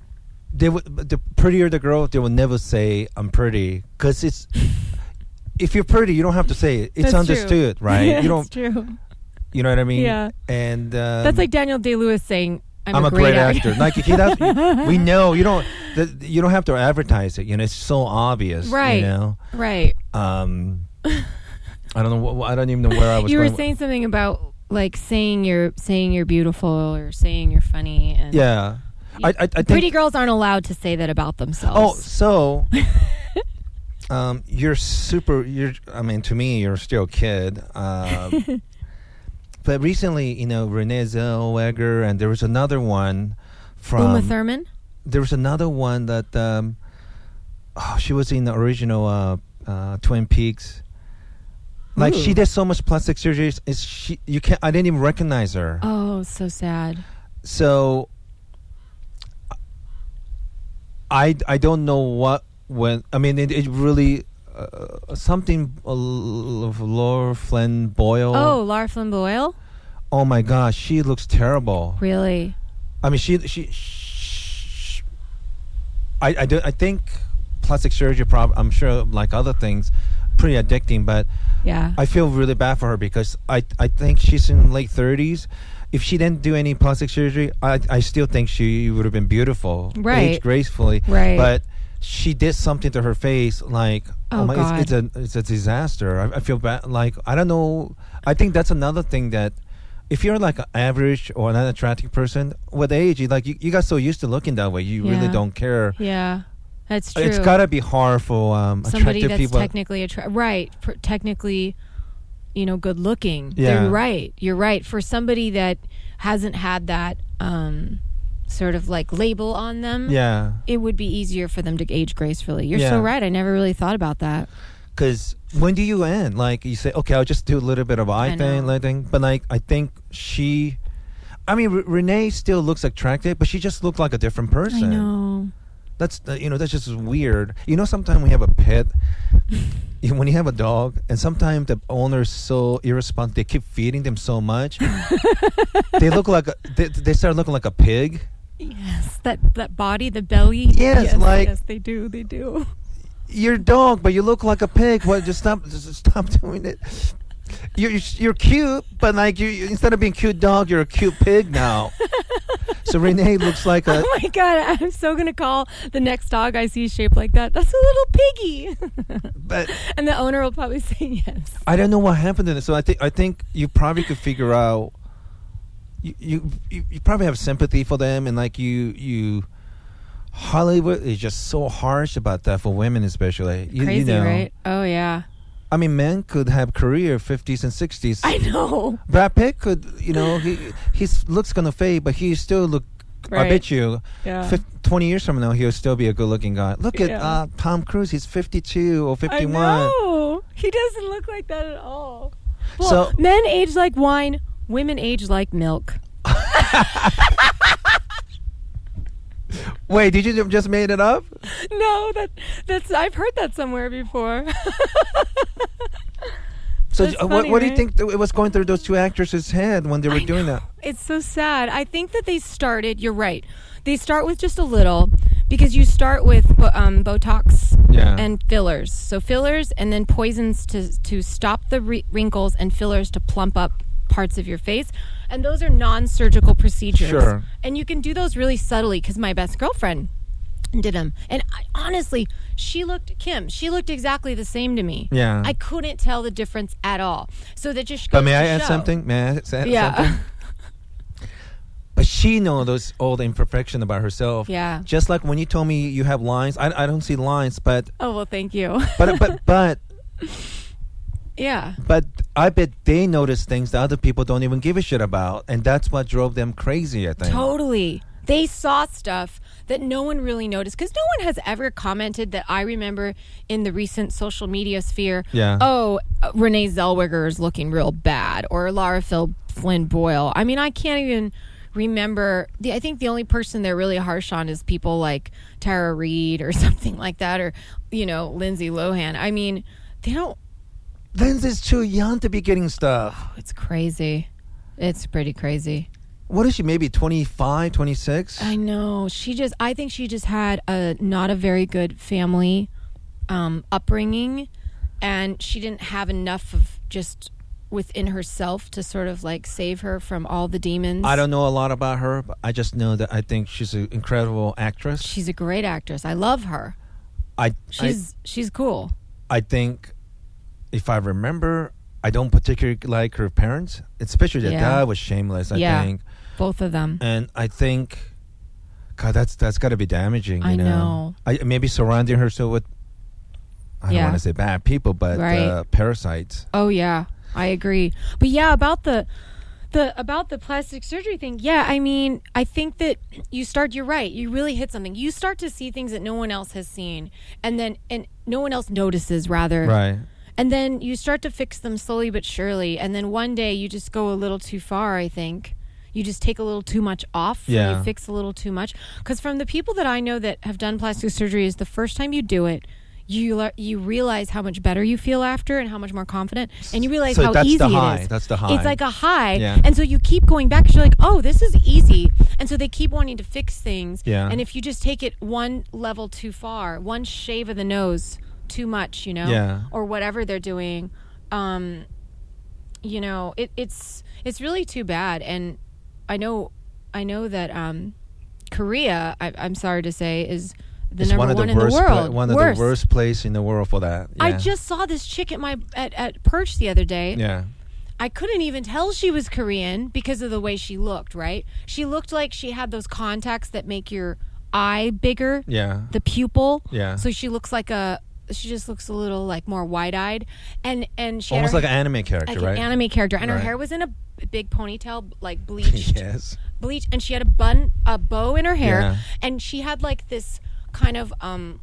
Speaker 5: they would but the prettier the girl, they will never say I'm pretty because it's. If you're pretty, you don't have to say it. It's
Speaker 6: That's true. *laughs*
Speaker 5: understood, right? you don't.
Speaker 6: true.
Speaker 5: You know what I mean?
Speaker 6: Yeah.
Speaker 5: And um,
Speaker 6: That's like Daniel Day Lewis saying, "I'm,
Speaker 5: I'm, a great, actor. like you that's, we know you don't. The, you don't have to advertise it. You know, it's so obvious.
Speaker 6: Right.
Speaker 5: You know.
Speaker 6: *laughs* right.
Speaker 5: Um, I don't know. wh- I don't even know where I was.
Speaker 6: You were
Speaker 5: going with-
Speaker 6: saying something about like saying you're saying you're beautiful or saying you're funny. And
Speaker 5: Yeah. I, I, I think.
Speaker 6: pretty girls aren't allowed to say that about
Speaker 5: oh,
Speaker 6: themselves.
Speaker 5: so.
Speaker 6: *laughs*
Speaker 5: um, you're super. You're. I mean, to me, you're still a kid.
Speaker 6: *laughs*
Speaker 5: Um, but recently, you know, Renee Zellweger, and there was another one from
Speaker 6: Uma Thurman.
Speaker 5: there was another one that um, oh, she was in the original uh, uh, Twin Peaks. Like
Speaker 6: Ooh.
Speaker 5: she did so much plastic surgery, it's she you can't. I didn't even recognize her.
Speaker 6: Oh, so sad.
Speaker 5: So I I don't know what when I mean it, it really uh, something uh, of Laura Flynn Boyle.
Speaker 6: Oh, Lara Flynn Boyle.
Speaker 5: oh my gosh, she looks terrible.
Speaker 6: Really?
Speaker 5: I mean, she she. sh I I, do, I think plastic surgery. Prob- I'm sure, like other things, pretty addicting. But
Speaker 6: Yeah.
Speaker 5: I feel really bad for her because I I think she's in late 30s. If she didn't do any plastic surgery, I I still think she would have been beautiful,
Speaker 6: Right.
Speaker 5: aged gracefully.
Speaker 6: Right.
Speaker 5: But she did something to her face, like
Speaker 6: Oh,
Speaker 5: my, it's, it's a it's a disaster. I, I feel bad. Like I don't know. I think that's another thing that. If you're like an average or an unattractive person, with age, you like you, you got so used to looking that way, you really
Speaker 6: Yeah.
Speaker 5: don't care.
Speaker 6: yeah. That's true.
Speaker 5: It's gotta be hard for um,
Speaker 6: somebody
Speaker 5: attractive
Speaker 6: that's
Speaker 5: people.
Speaker 6: technically attra- right pr- technically you know good looking
Speaker 5: Yeah.
Speaker 6: you're right you're right for somebody that hasn't had that um sort of like label on them
Speaker 5: yeah,
Speaker 6: it would be easier for them to age gracefully you're
Speaker 5: Yeah.
Speaker 6: so right i never really thought about that
Speaker 5: because when do you end? Like you say, okay, I'll just do a little bit of
Speaker 6: I
Speaker 5: eye
Speaker 6: know.
Speaker 5: thing, like thing. But like, I think she, I mean, Re- Renee still looks attractive, but she just looked like a different person.
Speaker 6: i know
Speaker 5: That's uh, you know that's just weird. You know, sometimes we have a pet. *laughs* you- When you have a dog, and sometimes the owner's so irresponsible, they keep feeding them so
Speaker 6: *laughs*
Speaker 5: much, they look like a, they, they start looking like a pig.
Speaker 6: yes that that body the belly
Speaker 5: Yes, like-
Speaker 6: yes they do they do
Speaker 5: You're a dog, but you look like a pig. What? Just stop! Just stop *laughs* doing it. You're you're- you're cute, but like you you- instead of being cute dog, you're a cute pig
Speaker 6: *laughs*
Speaker 5: now. so Renee looks like a.
Speaker 6: oh my god i'm so gonna call the next dog i see shaped like that that's a little piggy *laughs*
Speaker 5: But
Speaker 6: and the owner will probably say yes
Speaker 5: I don't know what happened to this. So I think I think you probably could figure out. You, you you you probably have sympathy for them, and like you you. Hollywood is just so harsh about that for women, especially. You,
Speaker 6: Crazy,
Speaker 5: you know,
Speaker 6: right? Oh yeah,
Speaker 5: I mean, men could have career fifties and sixties.
Speaker 6: I know.
Speaker 5: Brad Pitt could, you know, he his looks gonna fade, but he still look. I
Speaker 6: Right.
Speaker 5: bet you,
Speaker 6: Yeah.
Speaker 5: fif- twenty years from now, he'll still be a good-looking guy. Look at
Speaker 6: Yeah.
Speaker 5: uh, Tom Cruise; he's fifty-two or
Speaker 6: I
Speaker 5: fifty-one.
Speaker 6: know. He doesn't look like that at all. Well,
Speaker 5: So-
Speaker 6: men age like wine. Women age like milk.
Speaker 5: Wait, did you ju- just made it up?
Speaker 6: *laughs* No, that that's I've heard that somewhere before. *laughs*
Speaker 5: So,
Speaker 6: That's
Speaker 5: uh, what,
Speaker 6: funny,
Speaker 5: what do you
Speaker 6: right?
Speaker 5: think th- it was going through those two actresses' head when they were doing that?
Speaker 6: It's so sad. I think that they started. You're right. They start with just a little because you start with bo- um, Botox
Speaker 5: Yeah.
Speaker 6: and fillers. So fillers and then poisons to to stop the re- wrinkles and fillers to plump up parts of your face. And those are non-surgical procedures.
Speaker 5: Sure.
Speaker 6: And you can do those really subtly because my best girlfriend did them. And I, honestly, she looked Kim. She looked exactly the same to me.
Speaker 5: Yeah.
Speaker 6: I couldn't tell the difference at all. So that just.
Speaker 5: But
Speaker 6: goes
Speaker 5: may
Speaker 6: to
Speaker 5: I add
Speaker 6: show-
Speaker 5: something? May I add
Speaker 6: Yeah.
Speaker 5: something? But she know those all the imperfection about herself.
Speaker 6: Yeah.
Speaker 5: Just like when you told me you have lines, I, I don't see lines, but
Speaker 6: Oh well, thank you. *laughs*
Speaker 5: but but *laughs* but
Speaker 6: yeah,
Speaker 5: But I bet they notice things that other people don't even give a shit about, and that's what drove them crazy. I think.
Speaker 6: totally. They saw stuff that no one really noticed because no one has ever commented that I remember in the recent social media sphere.
Speaker 5: Yeah.
Speaker 6: Oh, uh, Renee Zellweger is looking real bad, or Lara Phil Flynn Boyle. I mean, I can't even remember. The, I think the only person they're really harsh on is people like Tara Reid or *laughs* something like that, or you know Lindsay Lohan. I mean, they don't.
Speaker 5: Lindsay's too young to be getting stuff.
Speaker 6: It's crazy. It's pretty crazy.
Speaker 5: What is she? Maybe 25, 26?
Speaker 6: I know. She just I think she just had a not a very good family um upbringing and she didn't have enough of just within herself to sort of like save her from all the demons.
Speaker 5: I don't know a lot about her, but I just know that I think she's an incredible actress.
Speaker 6: She's a great actress. I love her.
Speaker 5: I, I
Speaker 6: She's she's cool.
Speaker 5: I think if I remember, I don't particularly like her parents, especially the
Speaker 6: Yeah.
Speaker 5: dad was shameless. I
Speaker 6: Yeah.
Speaker 5: think,
Speaker 6: Both of them.
Speaker 5: and I think, God, that's that's got to be damaging. You
Speaker 6: I
Speaker 5: know,
Speaker 6: know.
Speaker 5: I, maybe surrounding herself with. I
Speaker 6: Yeah.
Speaker 5: don't want to say bad people, but uh,
Speaker 6: Right.
Speaker 5: parasites.
Speaker 6: Oh yeah, I agree. But yeah, about the the about the plastic surgery thing. Yeah, I mean, I think that you start you're right. You really hit something. You start to see things that no one else has seen and then and no one else notices rather.
Speaker 5: Right.
Speaker 6: And then you start to fix them slowly but surely and then one day you just go a little too far, I think. You just take a little too much off. and
Speaker 5: Yeah.
Speaker 6: You fix a little too much. Because from the people that I know that have done plastic surgery, is the first time you do it, you le- you realize how much better you feel after and how much more confident, and you realize
Speaker 5: So
Speaker 6: how
Speaker 5: that's the
Speaker 6: easy
Speaker 5: high.
Speaker 6: it is.
Speaker 5: That's the high.
Speaker 6: It's like a high,
Speaker 5: Yeah.
Speaker 6: and so you keep going back. 'cause You're like, oh, this is easy, and so they keep wanting to fix things.
Speaker 5: Yeah.
Speaker 6: And if you just take it one level too far, one shave of the nose too much, you know,
Speaker 5: Yeah.
Speaker 6: or whatever they're doing, um, you know, it, it's it's really too bad. And I know, I know that um, Korea, I, I'm sorry to say, is the
Speaker 5: it's
Speaker 6: number
Speaker 5: one of
Speaker 6: one,
Speaker 5: the
Speaker 6: in
Speaker 5: worst.
Speaker 6: the
Speaker 5: pla-
Speaker 6: world.
Speaker 5: one of the worst place in the world for that.
Speaker 6: I
Speaker 5: Yeah.
Speaker 6: just saw this chick at my at, at Perch the other day.
Speaker 5: Yeah.
Speaker 6: I couldn't even tell she was Korean because of the way she looked, right? She looked like she had those contacts that make your eye bigger.
Speaker 5: Yeah.
Speaker 6: The pupil.
Speaker 5: Yeah.
Speaker 6: So she looks like a she just looks a little like more wide eyed. And and she had
Speaker 5: Almost
Speaker 6: her-
Speaker 5: like an anime character,
Speaker 6: like
Speaker 5: right? *laughs*
Speaker 6: an anime character. And her
Speaker 5: Right.
Speaker 6: hair was in a b- big ponytail,
Speaker 5: *laughs*
Speaker 6: like bleached
Speaker 5: yes.
Speaker 6: bleach and she had a bun a bow in her hair
Speaker 5: Yeah.
Speaker 6: and she had like this kind of um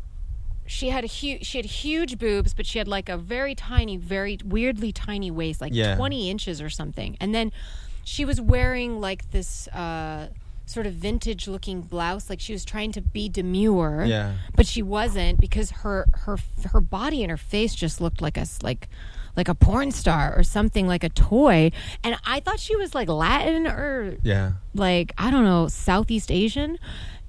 Speaker 6: she had a huge she had huge boobs but she had like a very tiny very weirdly tiny waist like
Speaker 5: Yeah.
Speaker 6: 20 inches or something and then she was wearing like this uh sort of vintage looking blouse like she was trying to be demure
Speaker 5: Yeah.
Speaker 6: but she wasn't because her her her body and her face just looked like a s- like like a porn star or something like a toy and i thought she was like latin or
Speaker 5: Yeah.
Speaker 6: like I don't know Southeast Asian,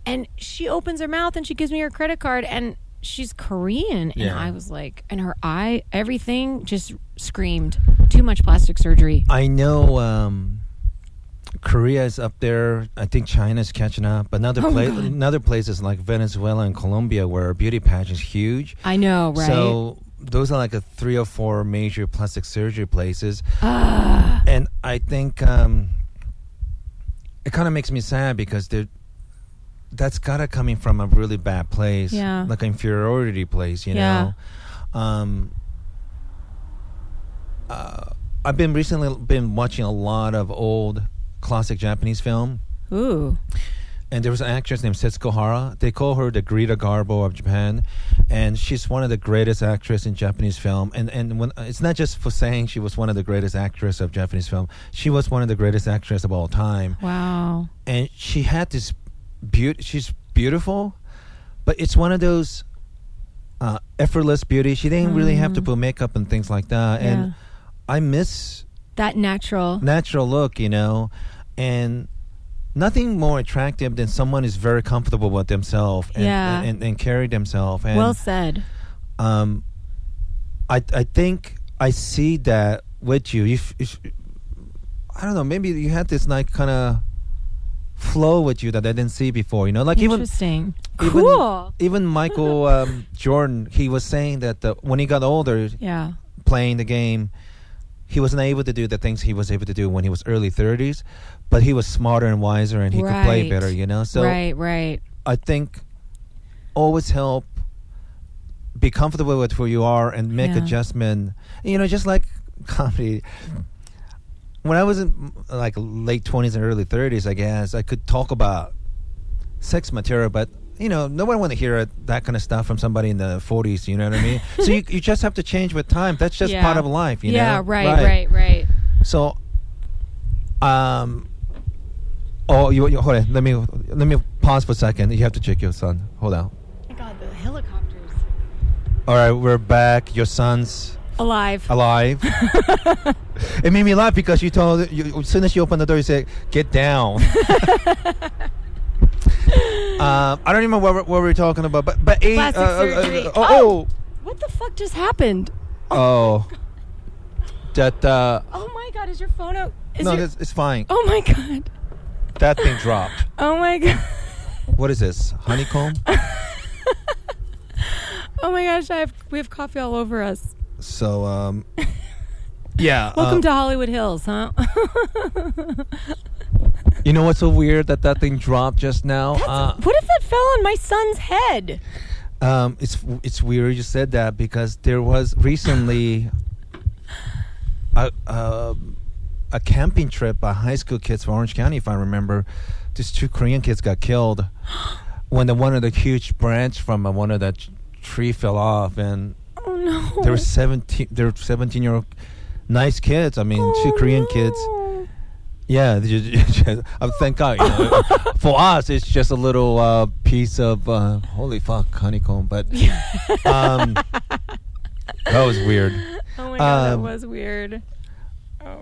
Speaker 6: and she opens her mouth and she gives me her credit card and she's Korean and
Speaker 5: Yeah.
Speaker 6: I was like and her eye everything just screamed too much plastic surgery.
Speaker 5: I know um, Korea is up there. I think China's catching up. Another
Speaker 6: Oh my
Speaker 5: place,
Speaker 6: God.
Speaker 5: another places like Venezuela and Colombia where beauty pageants is huge.
Speaker 6: I know, Oh, right?
Speaker 5: So those are like a three or four major plastic surgery places,
Speaker 6: Ah.
Speaker 5: and I think um, it kind of makes me sad because they're. That's gotta coming from a really bad place,
Speaker 6: Yeah.
Speaker 5: like inferiority place, you
Speaker 6: Yeah.
Speaker 5: know. Um, uh, I've been recently been watching a lot of old classic Japanese film,
Speaker 6: Ooh,
Speaker 5: and there was an actress named Setsuko Hara. They call her the Greta Garbo of Japan, and she's one of the greatest actress in Japanese film. And and when uh, it's not just for saying she was one of the greatest actress of Japanese film, she was one of the greatest actress of all time.
Speaker 6: wow.
Speaker 5: And she had this beauty. She's beautiful, but it's one of those uh, effortless beauty. She didn't really have to put makeup and things like that.
Speaker 6: Yeah.
Speaker 5: And I miss
Speaker 6: That natural.
Speaker 5: natural look, you know, and nothing more attractive than someone is very comfortable with themselves and,
Speaker 6: Yeah.
Speaker 5: and, and, carry themselves. And
Speaker 6: well said.
Speaker 5: um, I I think I see that with you. If, if I don't know, maybe you had this like kind of flow with you that I didn't see before. You know, like even
Speaker 6: Interesting.
Speaker 5: even-
Speaker 6: cool.
Speaker 5: even Michael
Speaker 6: *laughs*
Speaker 5: um, Jordan, he was saying that the, when he got older,
Speaker 6: yeah.
Speaker 5: playing the game, he wasn't able to do the things he was able to do when he was early 30s, but he was smarter and wiser and he could play
Speaker 6: Right.
Speaker 5: better, you know? So
Speaker 6: right. Right.
Speaker 5: I think always help be comfortable with who you are and make
Speaker 6: Yeah.
Speaker 5: adjustment. You know, just like comedy. When I was in like late 20s and early 30s, I guess I could talk about sex material, but you know, no one want to hear it- that kind of stuff from somebody in the 40s. You know what I
Speaker 6: *laughs*
Speaker 5: mean? so you, you just have to change with time. That's just
Speaker 6: Yeah.
Speaker 5: part of life. You
Speaker 6: yeah,
Speaker 5: know?
Speaker 6: right, right, right.
Speaker 5: So, um, oh, you, you hold on. Let me let me pause for a second. You have to check your son. Hold on.
Speaker 6: Oh my God, the helicopters.
Speaker 5: All right, we're back. Your son's
Speaker 6: Alive. *laughs*
Speaker 5: alive. it made me laugh because you told you as soon as you opened the door, you said, "Get
Speaker 6: *laughs*
Speaker 5: down." um, I don't remember what, we- what we were talking about, but but eight.
Speaker 6: Plastic surgery.
Speaker 5: oh, oh,
Speaker 6: What the fuck just happened?
Speaker 5: oh, that. Uh,
Speaker 6: Oh my God, is your phone out? Is
Speaker 5: no,
Speaker 6: your-
Speaker 5: it's, it's fine.
Speaker 6: oh my God.
Speaker 5: That thing dropped.
Speaker 6: Oh my *laughs* God.
Speaker 5: What is this? Honeycomb.
Speaker 6: Oh my gosh, I have, we have coffee all over us.
Speaker 5: So,
Speaker 6: *laughs*
Speaker 5: um, yeah.
Speaker 6: Welcome
Speaker 5: um,
Speaker 6: to Hollywood Hills, huh? *laughs*
Speaker 5: You know what's so weird that that thing dropped just now? Uh,
Speaker 6: what if that fell on my son's head?
Speaker 5: um, it's it's weird you said that because there was recently a a, a camping trip by high school kids from Orange County, if I remember. These two Korean kids got
Speaker 6: *gasps*
Speaker 5: killed when the, one of the huge branch from uh, one of the t- tree fell off, and
Speaker 6: Oh no.
Speaker 5: there were seventeen. There were seventeen year old nice kids. I mean, two
Speaker 6: Oh
Speaker 5: Korean kids. Yeah, *laughs* ju- ju- ju- uh, thank God. You know, for us, it's just a little uh, piece of uh, holy fuck honeycomb, but um, that was weird.
Speaker 6: Oh
Speaker 5: God,
Speaker 6: my god,
Speaker 5: that Um,
Speaker 6: that
Speaker 5: was
Speaker 6: was weird.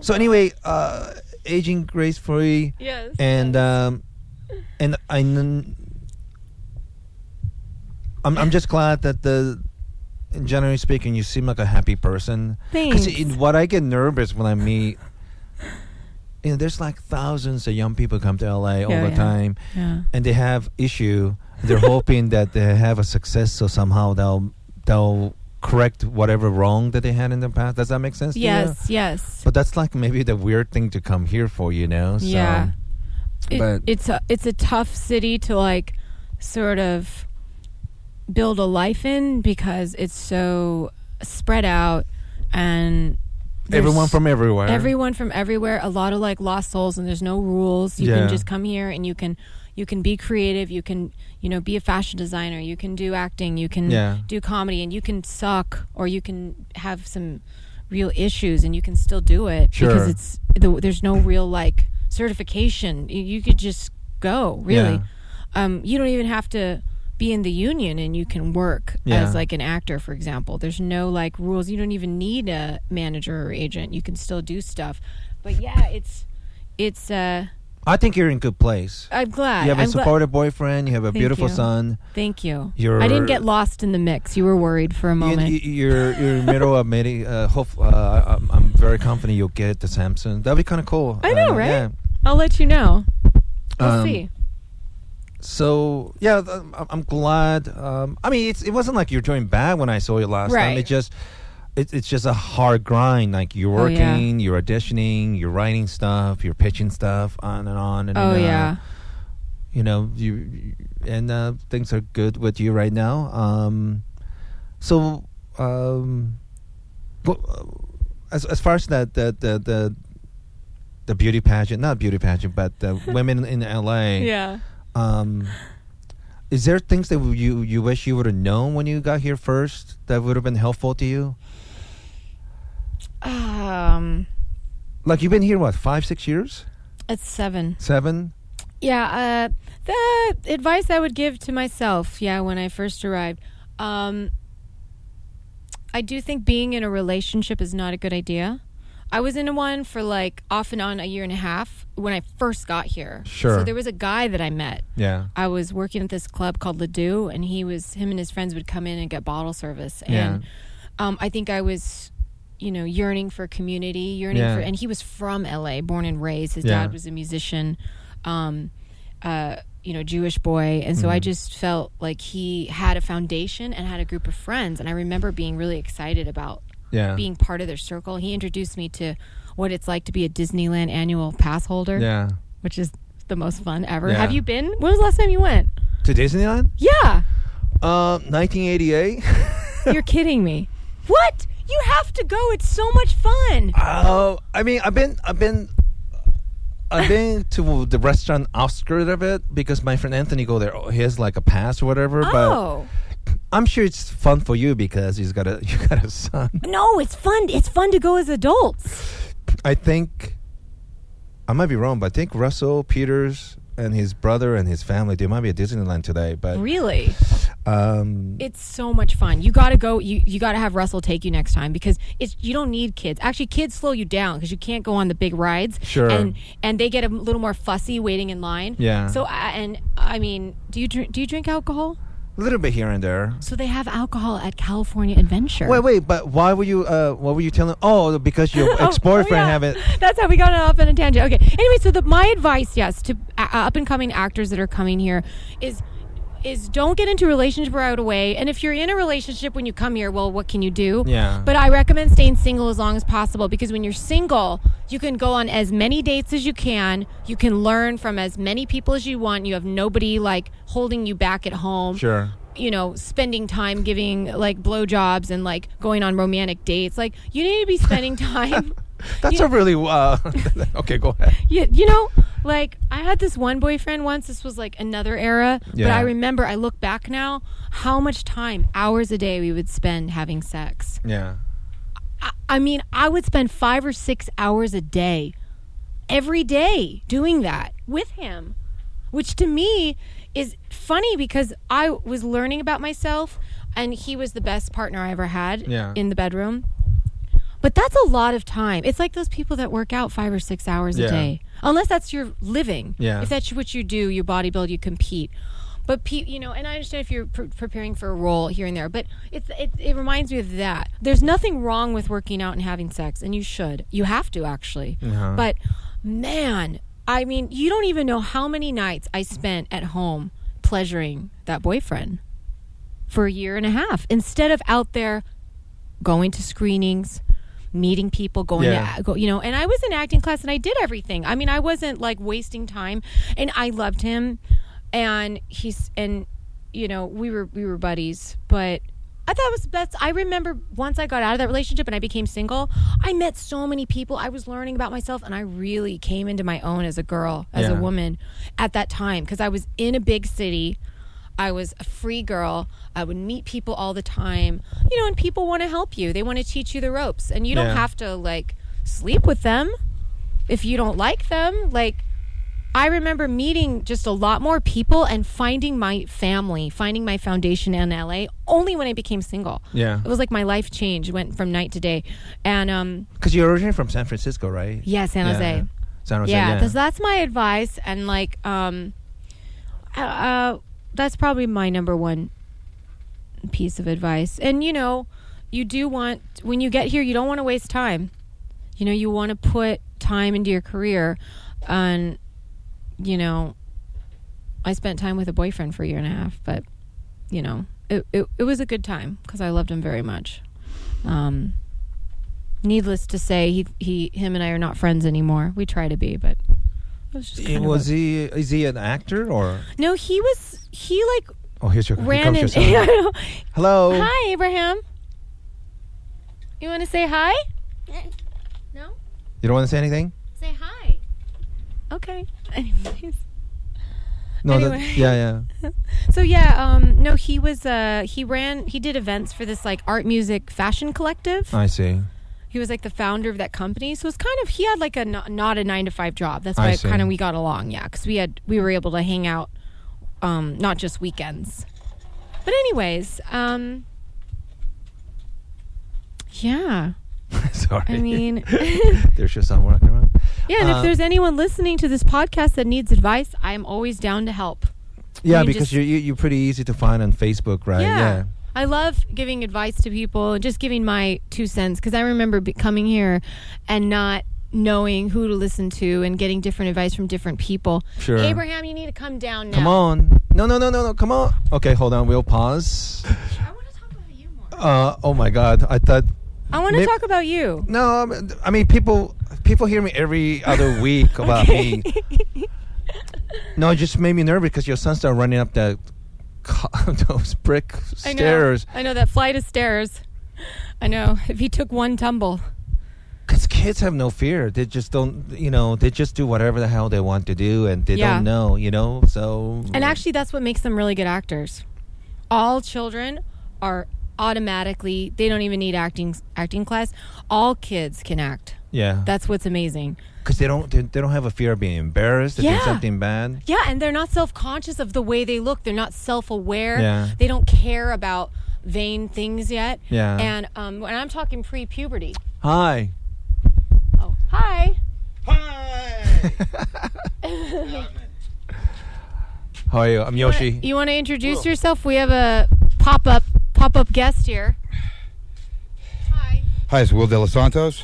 Speaker 5: So anyway, uh, aging gracefully,
Speaker 6: Yes.
Speaker 5: and um, and I, kn- I'm I'm just glad that the. Generally speaking, you seem like a happy person. 'Cause
Speaker 6: Thanks.
Speaker 5: in- what I get nervous when I meet, you know, there's like thousands of young people come to LA all
Speaker 6: Yeah,
Speaker 5: the
Speaker 6: Oh, yeah.
Speaker 5: time,
Speaker 6: yeah.
Speaker 5: and they have issue. They're hoping that they have a success, so somehow they'll they'll correct whatever wrong that they had in the past. Does that make sense? to you?
Speaker 6: Yes, yes.
Speaker 5: But that's like maybe the weird thing to come here for, you know? So,
Speaker 6: Yeah. It-
Speaker 5: but-
Speaker 6: it's a it's a tough city to like sort of build a life in because it's so spread out and there's
Speaker 5: Everyone from everywhere.
Speaker 6: everyone from everywhere a lot of like lost souls and there's no rules you
Speaker 5: Yeah.
Speaker 6: can just come here and you can you can be creative you can you know be a fashion designer you can do acting you can
Speaker 5: Yeah.
Speaker 6: do comedy and you can suck or you can have some real issues and you can still do it
Speaker 5: Sure.
Speaker 6: because it's the, there's no real like certification you, you could just go really um, you don't even have to be in the union and you can work
Speaker 5: Yeah.
Speaker 6: as like an actor for example there's no like rules you don't even need a manager or agent you can still do stuff but yeah it's it's uh
Speaker 5: I think you're in good place.
Speaker 6: i'm glad
Speaker 5: You have
Speaker 6: I'm
Speaker 5: a
Speaker 6: gla-
Speaker 5: supportive boyfriend, you have a
Speaker 6: Thank
Speaker 5: beautiful
Speaker 6: you.
Speaker 5: son.
Speaker 6: thank you
Speaker 5: You're-
Speaker 6: i didn't get lost in the mix you were worried for a moment
Speaker 5: You, you're you're in the middle of many. Uh, hope uh, I- I'm, I'm very confident you'll get the Samsung. That'd be kind of cool.
Speaker 6: I know,
Speaker 5: Uh,
Speaker 6: right?
Speaker 5: Yeah.
Speaker 6: i'll let you know we'll
Speaker 5: Um,
Speaker 6: see
Speaker 5: So yeah, th- I'm- I'm glad. Um, I mean, it's, it wasn't like you're doing bad when I saw you last time.
Speaker 6: Right.
Speaker 5: It just it, it's just a hard grind. Like you're
Speaker 6: Oh,
Speaker 5: working,
Speaker 6: yeah.
Speaker 5: you're auditioning, you're writing stuff, you're pitching stuff, on and on and
Speaker 6: oh
Speaker 5: on.
Speaker 6: yeah
Speaker 5: you know you and uh, things are good with you right now um so um but, uh, as as far as that the the the the beauty pageant not beauty pageant but
Speaker 6: *laughs*
Speaker 5: the women in LA
Speaker 6: yeah
Speaker 5: um is there things that you you wish you would have known when you got here first that would have been helpful to you
Speaker 6: um
Speaker 5: like you've been here what 5 6 years
Speaker 6: it's seven
Speaker 5: 7
Speaker 6: Yeah, uh, the advice I would give to myself, yeah, when I first arrived, um, I do think being in a relationship is not a good idea. I was in one for like off and on a year and a half when I first got here.
Speaker 5: Sure.
Speaker 6: So there was a guy that I met.
Speaker 5: yeah
Speaker 6: I was working at this club called Ledoux, and he was him and his friends would come in and get bottle service, and
Speaker 5: Yeah.
Speaker 6: um, I think I was, you know, yearning for community, yearning
Speaker 5: Yeah.
Speaker 6: for, and he was from L.A., born and raised. His
Speaker 5: Yeah.
Speaker 6: dad was a musician, um, uh, you know, Jewish boy, and so
Speaker 5: Mm-hmm.
Speaker 6: I just felt like he had a foundation and had a group of friends, and I remember being really excited about
Speaker 5: yeah
Speaker 6: being part of their circle. He introduced me to what it's like to be a Disneyland annual pass holder,
Speaker 5: yeah
Speaker 6: which is the most fun ever.
Speaker 5: Yeah.
Speaker 6: Have you been? When was the last time you went?
Speaker 5: to Disneyland
Speaker 6: Yeah.
Speaker 5: uh *laughs* 1988
Speaker 6: You're kidding me. What? You have to go. It's so much fun.
Speaker 5: Oh, I mean, I've been, I've been, I've been to the restaurant outskirt of it because my friend Anthony go there. Oh, he has like a pass or whatever.
Speaker 6: Oh.
Speaker 5: But I'm sure it's fun for you because he's got a *laughs* you got a son.
Speaker 6: No, it's fun. It's fun to go as adults.
Speaker 5: I think I might be wrong, but I think Russell Peters and his brother and his family they might be at Disneyland today. But
Speaker 6: Really?
Speaker 5: um,
Speaker 6: It's so much fun. You got to go you you got to have Russell take you next time because it's you don't need kids. Actually, kids slow you down because you can't go on the big rides.
Speaker 5: Sure.
Speaker 6: And and they get a little more fussy waiting in line.
Speaker 5: Yeah.
Speaker 6: So I and I mean, do you drink, do you drink alcohol?
Speaker 5: a little bit here and there.
Speaker 6: So they have alcohol at California Adventure.
Speaker 5: Wait, wait, but why were you? Uh, what were you telling? Oh, because your
Speaker 6: *laughs* Oh,
Speaker 5: ex boyfriend
Speaker 6: oh, yeah.
Speaker 5: have it.
Speaker 6: That's how we got off on a tangent. Okay. Anyway, so the, my advice, yes, to uh, up and coming actors that are coming here is is don't get into a relationship right away. And if you're in a relationship when you come here, well, what can you do?
Speaker 5: Yeah.
Speaker 6: But I recommend staying single as long as possible because when you're single, you can go on as many dates as you can. You can learn from as many people as you want. You have nobody like holding you back at home
Speaker 5: Sure.
Speaker 6: you know, spending time giving like blowjobs and like going on romantic dates. Like you need to be spending time. *laughs*
Speaker 5: That's
Speaker 6: You-
Speaker 5: a really uh, *laughs* okay. Go ahead.
Speaker 6: you, you know, like I had this one boyfriend once. This was like another era, but
Speaker 5: Yeah.
Speaker 6: I remember. I look back now, how much time, hours a day, we would spend having sex.
Speaker 5: Yeah.
Speaker 6: I, I mean, I would spend five or six hours a day, every day, doing that with him, which to me is funny because I was learning about myself, and he was the best partner I ever had
Speaker 5: Yeah.
Speaker 6: in the bedroom. But that's a lot of time. It's like those people that work out five or six hours
Speaker 5: Yeah.
Speaker 6: a day, unless that's your living.
Speaker 5: Yeah.
Speaker 6: If that's what you do, you bodybuild, you compete. But pe- you know, and I understand if you're pre- preparing for a role here and there, but it's it, it reminds me of that. There's nothing wrong with working out and having sex, and you should. You have to actually. But man, I mean, you don't even know how many nights I spent at home pleasuring that boyfriend for a year and a half instead of out there going to screenings meeting people going
Speaker 5: Yeah.
Speaker 6: to go, you know and i was in acting class and i did everything i mean i wasn't like wasting time and i loved him and he's and you know we were we were buddies but i thought it was best i remember once i got out of that relationship and i became single i met so many people i was learning about myself and i really came into my own as a girl as
Speaker 5: Yeah.
Speaker 6: a woman at that time because i was in a big city I was a free girl. I would meet people all the time. You know, and people want to help you. They want to teach you the ropes. And you
Speaker 5: Yeah.
Speaker 6: don't have to like sleep with them if you don't like them. Like I remember meeting just a lot more people and finding my family, finding my foundation in LA only when I became single.
Speaker 5: Yeah.
Speaker 6: It was like my life changed, went from night to day. And um
Speaker 5: Because you're originally from San Francisco, right?
Speaker 6: yeah, San Jose.
Speaker 5: San Jose.
Speaker 6: Yeah,
Speaker 5: Yeah.
Speaker 6: that's- that's my advice, and like, um, uh, uh, that's probably my number one piece of advice. And you know, you do want when you get here, you don't want to waste time. You know, you want to put time into your career, and you know, I spent time with a boyfriend for a year and a half, but you know, it it, it was a good time because I loved him very much. Um, needless to say, he he him and I are not friends anymore. We try to be, but it was just
Speaker 5: He-
Speaker 6: kind of
Speaker 5: was
Speaker 6: a-
Speaker 5: he? Is he an actor or?
Speaker 6: no. He was he like
Speaker 5: Oh, here's your. here
Speaker 6: ran
Speaker 5: comes
Speaker 6: in.
Speaker 5: your
Speaker 6: *laughs*
Speaker 5: son. Hello.
Speaker 6: hi, Abraham. You want to say hi? No,
Speaker 5: You don't want to say anything?
Speaker 6: say hi. Okay. Anyways.
Speaker 5: No. that-
Speaker 6: Anyway.
Speaker 5: yeah, yeah.
Speaker 6: So yeah, um, no, he was uh, he ran he did events for this like art music fashion collective.
Speaker 5: I see. *laughs*
Speaker 6: he was like the founder of that company so it's kind of he had like a no- not a nine to five job that's
Speaker 5: I
Speaker 6: why
Speaker 5: see.
Speaker 6: kind of we got along yeah because we had we were able to hang out um not just weekends but anyways um yeah
Speaker 5: Sorry. *laughs*
Speaker 6: i mean *laughs*
Speaker 5: there's your son walking around.
Speaker 6: yeah and
Speaker 5: Uh,
Speaker 6: if there's anyone listening to this podcast that needs advice i'm always down to help
Speaker 5: Yeah,
Speaker 6: mean,
Speaker 5: because
Speaker 6: just-
Speaker 5: you're you- you're pretty easy to find on Facebook, right?
Speaker 6: Yeah. I love giving advice to people and just giving my two cents because I remember be- coming here and not knowing who to listen to and getting different advice from different people.
Speaker 5: Sure.
Speaker 6: Abraham, you need to come down now.
Speaker 5: Come on. No, no, no, no, no. Come on. Okay, hold on. We'll pause.
Speaker 6: I want to talk about you more.
Speaker 5: Uh, oh my God. I thought.
Speaker 6: I want to
Speaker 5: Maybe-
Speaker 6: talk about you.
Speaker 5: No, I mean- I mean people. People hear me every
Speaker 6: *laughs*
Speaker 5: other week about me. No, it just made me nervous because your son started running up that co- *laughs* those brick
Speaker 6: I know.
Speaker 5: stairs.
Speaker 6: I know that flight of stairs. I know. If he took one tumble,
Speaker 5: because kids have no fear. They just don't, you know, they just do whatever the hell they want to do, and they
Speaker 6: Yeah.
Speaker 5: don't know, you know. So
Speaker 6: And actually, that's what makes them really good actors. All children are automatically, they don't even need acting, acting class. All kids can act.
Speaker 5: yeah,
Speaker 6: That's what's amazing.
Speaker 5: because they don't they, they don't have a fear of being embarrassed if they do
Speaker 6: Yeah.
Speaker 5: something bad.
Speaker 6: Yeah, and they're not self conscious of the way they look. They're not self aware.
Speaker 5: Yeah.
Speaker 6: They don't care about vain things yet.
Speaker 5: Yeah.
Speaker 6: And um, when I'm talking pre puberty,
Speaker 5: Hi.
Speaker 6: oh, hi.
Speaker 4: Hi!
Speaker 5: How are you? I'm Yoshi.
Speaker 6: You want to introduce yourself? We have a pop up pop up guest here. Hi.
Speaker 3: Hi, it's Will De Los Santos.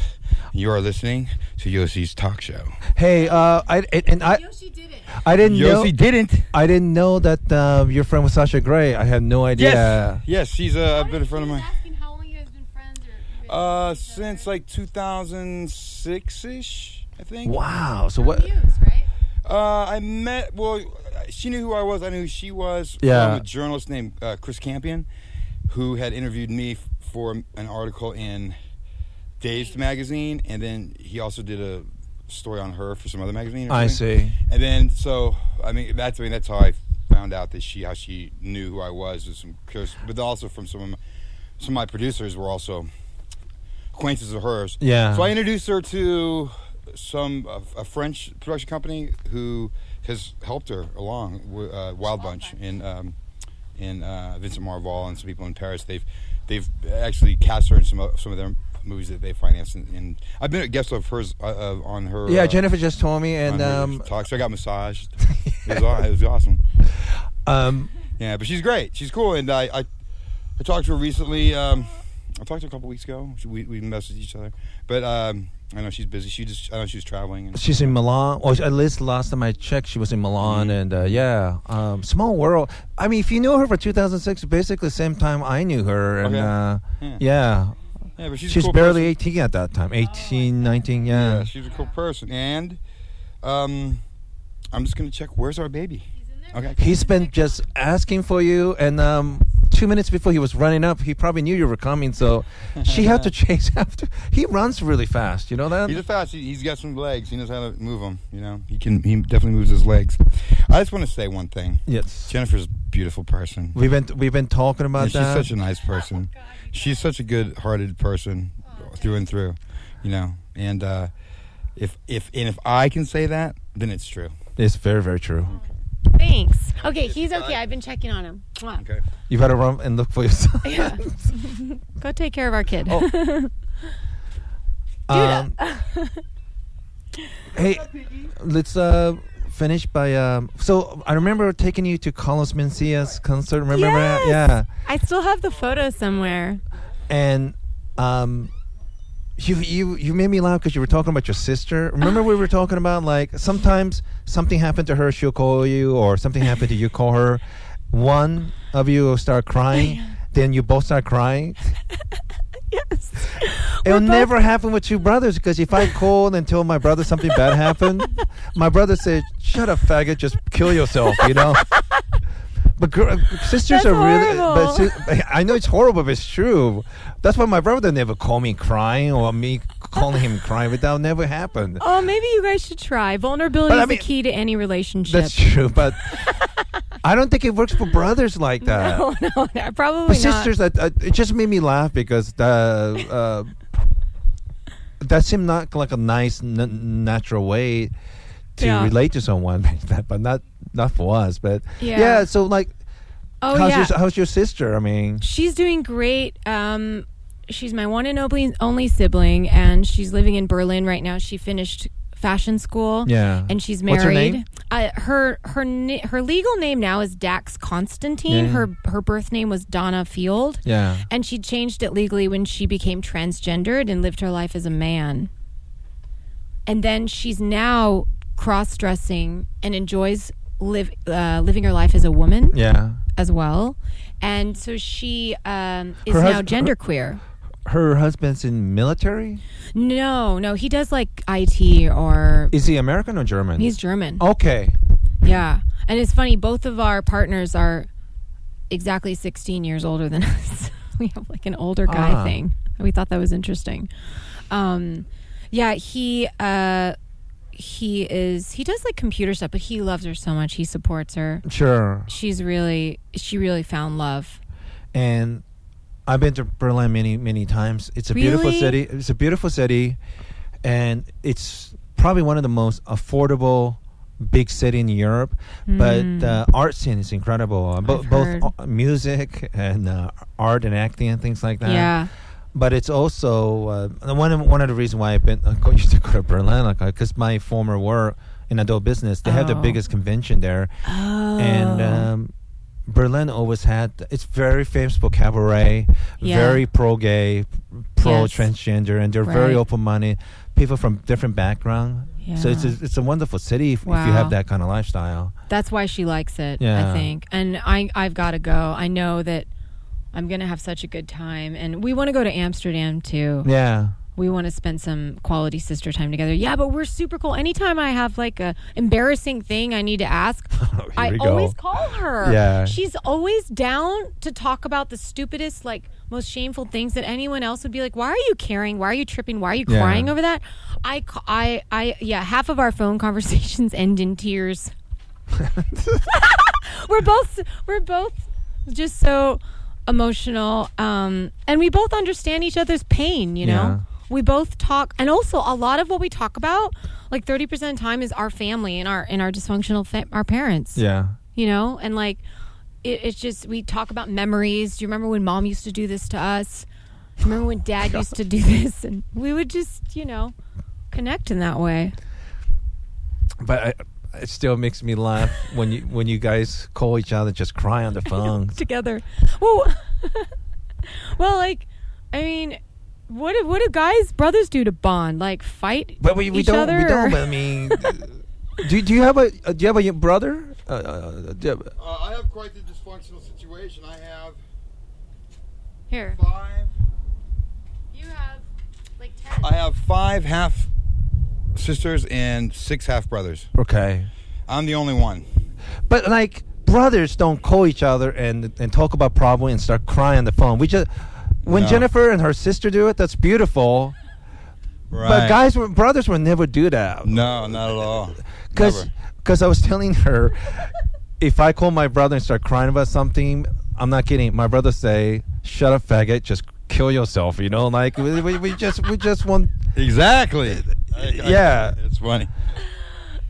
Speaker 3: You are listening to Yoshi's talk show.
Speaker 5: Hey, uh, I and, and I
Speaker 6: Yoshi did it.
Speaker 5: I didn't know
Speaker 3: Yossi didn't.
Speaker 5: I didn't know that uh, your friend was Sasha Grey. I had no idea.
Speaker 3: Yes. Yes, she's uh, been a friend of mine.
Speaker 6: Asking how long you guys been friends or
Speaker 3: Uh, since like 2006 ish, I think.
Speaker 5: Wow. So what?
Speaker 6: right?
Speaker 3: Uh, I met. Well, she knew who I was. I knew who she was.
Speaker 5: Yeah.
Speaker 3: From a journalist named uh, Chris Campion, who had interviewed me f- for an article in Dazed magazine, and then he also did a story on her for some other magazine. or
Speaker 5: I
Speaker 3: something.
Speaker 5: see.
Speaker 3: And then, so I mean, that's I mean, that's how I found out that she how she knew who I was was some curious, but also from some of my, some of my producers were also acquaintances of hers.
Speaker 5: Yeah.
Speaker 3: So I introduced her to some a, a French production company who has helped her along. w- Uh, Wild Bunch in um, in uh, Vincent Marval and some people in Paris. They've they've actually cast her in some of, some of their movies that they financed. And, and I've been a guest of hers uh, uh, on her.
Speaker 5: Yeah,
Speaker 3: uh,
Speaker 5: Jennifer just told me, and um,
Speaker 3: talk. So I got
Speaker 5: *laughs*
Speaker 3: massaged. it, was, aw- it was awesome.
Speaker 5: um,
Speaker 3: Yeah, but she's great. She's cool, and I I, I talked to her recently. Um, I talked to her a couple weeks ago. She- We we messaged each other, but um, I know she's busy. She just I know she's traveling. And,
Speaker 5: she's in Milan. Or at least last time I checked, she was in Milan,
Speaker 3: Mm-hmm.
Speaker 5: and uh, yeah, um, small world. I mean, if you knew her for 2006, basically the same time I knew her, and
Speaker 3: Okay.
Speaker 5: uh, yeah.
Speaker 3: Yeah. Oh yeah, but she's,
Speaker 5: she's
Speaker 3: a cool
Speaker 5: barely
Speaker 3: person.
Speaker 5: 18 at that time, 18, 19. Yeah.
Speaker 3: Yeah, she's a cool person, and um, I'm just gonna check. Where's our baby? Okay.
Speaker 5: He's been just asking for you, and um, two minutes before he was running up, he probably knew you were coming, so she had to
Speaker 6: *laughs*
Speaker 5: chase after. He runs really fast, you know that?
Speaker 3: He's a fast. He, he's got some legs. He knows how to move them. You know, he can. He definitely moves his legs. I just want to say one thing.
Speaker 5: yes.
Speaker 3: Jennifer's a beautiful person.
Speaker 5: We've been we've been talking about
Speaker 3: And
Speaker 5: that.
Speaker 3: she's such a nice person. she's such a good-hearted person through and through, you know. And uh, if if and if I can say that, then it's true.
Speaker 5: it's very very true.
Speaker 6: Thanks. Okay, he's okay. I've been checking on him. Mwah.
Speaker 3: Okay.
Speaker 5: You better run and look for
Speaker 3: *laughs*
Speaker 5: yourself. *laughs*
Speaker 6: *laughs* Yeah. Go take care of our kid.
Speaker 3: Oh.
Speaker 6: uh,
Speaker 5: Um,
Speaker 6: *laughs*
Speaker 5: hey, let's uh, finish by. Um, so I remember taking you to Carlos Mencia's concert. Remember that?
Speaker 6: Yes!
Speaker 5: Yeah,
Speaker 6: *laughs* I still have the photo somewhere.
Speaker 5: and um, you you you made me laugh because you were talking about your sister. Remember we were talking about like sometimes something happened to her, she'll call you, or something happened to you, call her. One of you will start crying, then you both start crying.
Speaker 6: Yes.
Speaker 5: It'll
Speaker 6: both-
Speaker 5: never happen with two brothers because if I called and told my brother something bad
Speaker 6: *laughs*
Speaker 5: happened, my brother said, "Shut up, faggot! Just kill yourself," you
Speaker 6: *laughs*
Speaker 5: know. But gr- sisters
Speaker 6: That's
Speaker 5: are really. But
Speaker 6: horrible.
Speaker 5: si- I know it's horrible, but it's true. That's why my brother never called me crying or me calling him crying. But that never happened.
Speaker 6: Oh, maybe you guys should try. Vulnerability
Speaker 5: But I
Speaker 6: is
Speaker 5: mean-
Speaker 6: the key to any relationship.
Speaker 5: That's true, but I don't think it works for brothers like that.
Speaker 6: *laughs* Oh no, no, probably
Speaker 5: But
Speaker 6: not.
Speaker 5: sisters, that uh, it just made me laugh because the, uh, *laughs* that seemed not like a nice, n- natural way to
Speaker 6: Yeah.
Speaker 5: relate to someone, *laughs* like that, but not not for us. But yeah,
Speaker 6: Yeah.
Speaker 5: so like,
Speaker 6: oh
Speaker 5: how's
Speaker 6: yeah,
Speaker 5: your how's your sister? I mean,
Speaker 6: she's doing great. Um, she's my one and only only sibling, and she's living in Berlin right now. She finished fashion school.
Speaker 5: Yeah.
Speaker 6: and she's married.
Speaker 5: What's her name?
Speaker 6: Uh, her her ni- her legal name now is Dax Constantine.
Speaker 5: Yeah.
Speaker 6: Her her birth name was Donna Field.
Speaker 5: Yeah.
Speaker 6: and she changed it legally when she became transgendered and lived her life as a man. and then she's now cross dressing and enjoys live uh, living her life as a woman
Speaker 5: yeah,
Speaker 6: as well, and so she um, is
Speaker 5: Her
Speaker 6: now
Speaker 5: husband-
Speaker 6: gender genderqueer.
Speaker 5: her husband's in military.
Speaker 6: No, no, he does like IT or
Speaker 5: Is he American or German?
Speaker 6: he's German.
Speaker 5: Oh. okay.
Speaker 6: Yeah, and it's funny. Both of our partners are exactly 16 years older than *laughs* us. we have like an older guy
Speaker 5: Ah.
Speaker 6: thing. We thought that was interesting. Um, Yeah, he uh, he is he does like computer stuff, but he loves her so much. He supports her.
Speaker 5: Sure.
Speaker 6: She's really she really found love.
Speaker 5: and I've been to Berlin many many times. It's a beautiful
Speaker 6: Really?
Speaker 5: city. It's a beautiful city, and it's probably one of the most affordable big city in Europe. But the art scene is incredible. Uh, bo-
Speaker 6: Hmm. I've
Speaker 5: both
Speaker 6: heard.
Speaker 5: uh, music and uh, art and acting and things like that.
Speaker 6: yeah.
Speaker 5: But it's also uh, one of, one of the reasons why I've been I go- *laughs* used to go to Berlin because my former work in adult business they have the
Speaker 6: Oh.
Speaker 5: biggest convention there,
Speaker 6: Oh.
Speaker 5: and um, Berlin always had it's very famous for cabaret,
Speaker 6: Yeah.
Speaker 5: very pro gay, pro
Speaker 6: Yes.
Speaker 5: transgender, and they're very
Speaker 6: Right.
Speaker 5: open minded people from different background. So it's
Speaker 6: Yeah.
Speaker 5: a, it's a wonderful city if, if you
Speaker 6: Wow.
Speaker 5: have that kind of lifestyle.
Speaker 6: That's why she likes it,
Speaker 5: Yeah.
Speaker 6: I think. And I I've got to go. I know that I'm going to have such a good time and we want to go to Amsterdam too.
Speaker 5: Yeah.
Speaker 6: We want to spend some quality sister time together. Yeah, but we're super cool. Anytime I have like a embarrassing thing I need to ask,
Speaker 5: *laughs* Here
Speaker 6: I
Speaker 5: we go.
Speaker 6: always call her.
Speaker 5: Yeah.
Speaker 6: She's always down to talk about the stupidest, like most shameful things that anyone else would be like, why are you caring? Why are you tripping? Why are you
Speaker 5: Yeah.
Speaker 6: crying over that? I, ca- I, I, yeah, half of our phone *laughs* conversations end in tears. *laughs* we're both, we're both just so emotional. Um, and we both understand each other's pain, you know?
Speaker 5: Yeah.
Speaker 6: We both talk, and also a lot of what we talk about, like thirty percent of the time, is our family and our and our dysfunctional fa- our parents
Speaker 5: Yeah.
Speaker 6: you know and like it, it's just we talk about memories do you remember when mom used to do this to us Do you remember when
Speaker 5: *laughs*
Speaker 6: dad used to do this and we would just you know connect in that way
Speaker 5: But I, it still makes me laugh when you when you guys call each other just cry
Speaker 6: *laughs*
Speaker 5: on the phone.
Speaker 6: together well *laughs* well like i mean what do, what do guys brothers do to bond like fight
Speaker 5: But we, we
Speaker 6: each
Speaker 5: don't
Speaker 6: other
Speaker 5: we
Speaker 6: or-
Speaker 5: don't. But I mean, do do you have a uh, do you have a brother? Uh, uh, do you have-
Speaker 3: Uh, I have quite the dysfunctional situation. I have
Speaker 6: here
Speaker 3: five.
Speaker 6: you have like 10
Speaker 3: I have five half sisters and six half brothers.
Speaker 5: okay.
Speaker 3: I'm the only one.
Speaker 5: But like brothers don't call each other and and talk about problem and start crying on the phone. We just when
Speaker 3: No.
Speaker 5: Jennifer and her sister do it, that's beautiful.
Speaker 3: Right.
Speaker 5: But guys, were- brothers would never do that.
Speaker 3: No, not at
Speaker 5: *laughs*
Speaker 3: all.
Speaker 5: because
Speaker 3: Never.
Speaker 5: I was telling her if I call my brother and start crying about something, I'm not kidding. My brother say, "Shut up, faggot! Just kill yourself." You know, like we, we, we just we just want.
Speaker 3: Exactly. I- I-
Speaker 5: *laughs* Yeah.
Speaker 3: It's funny.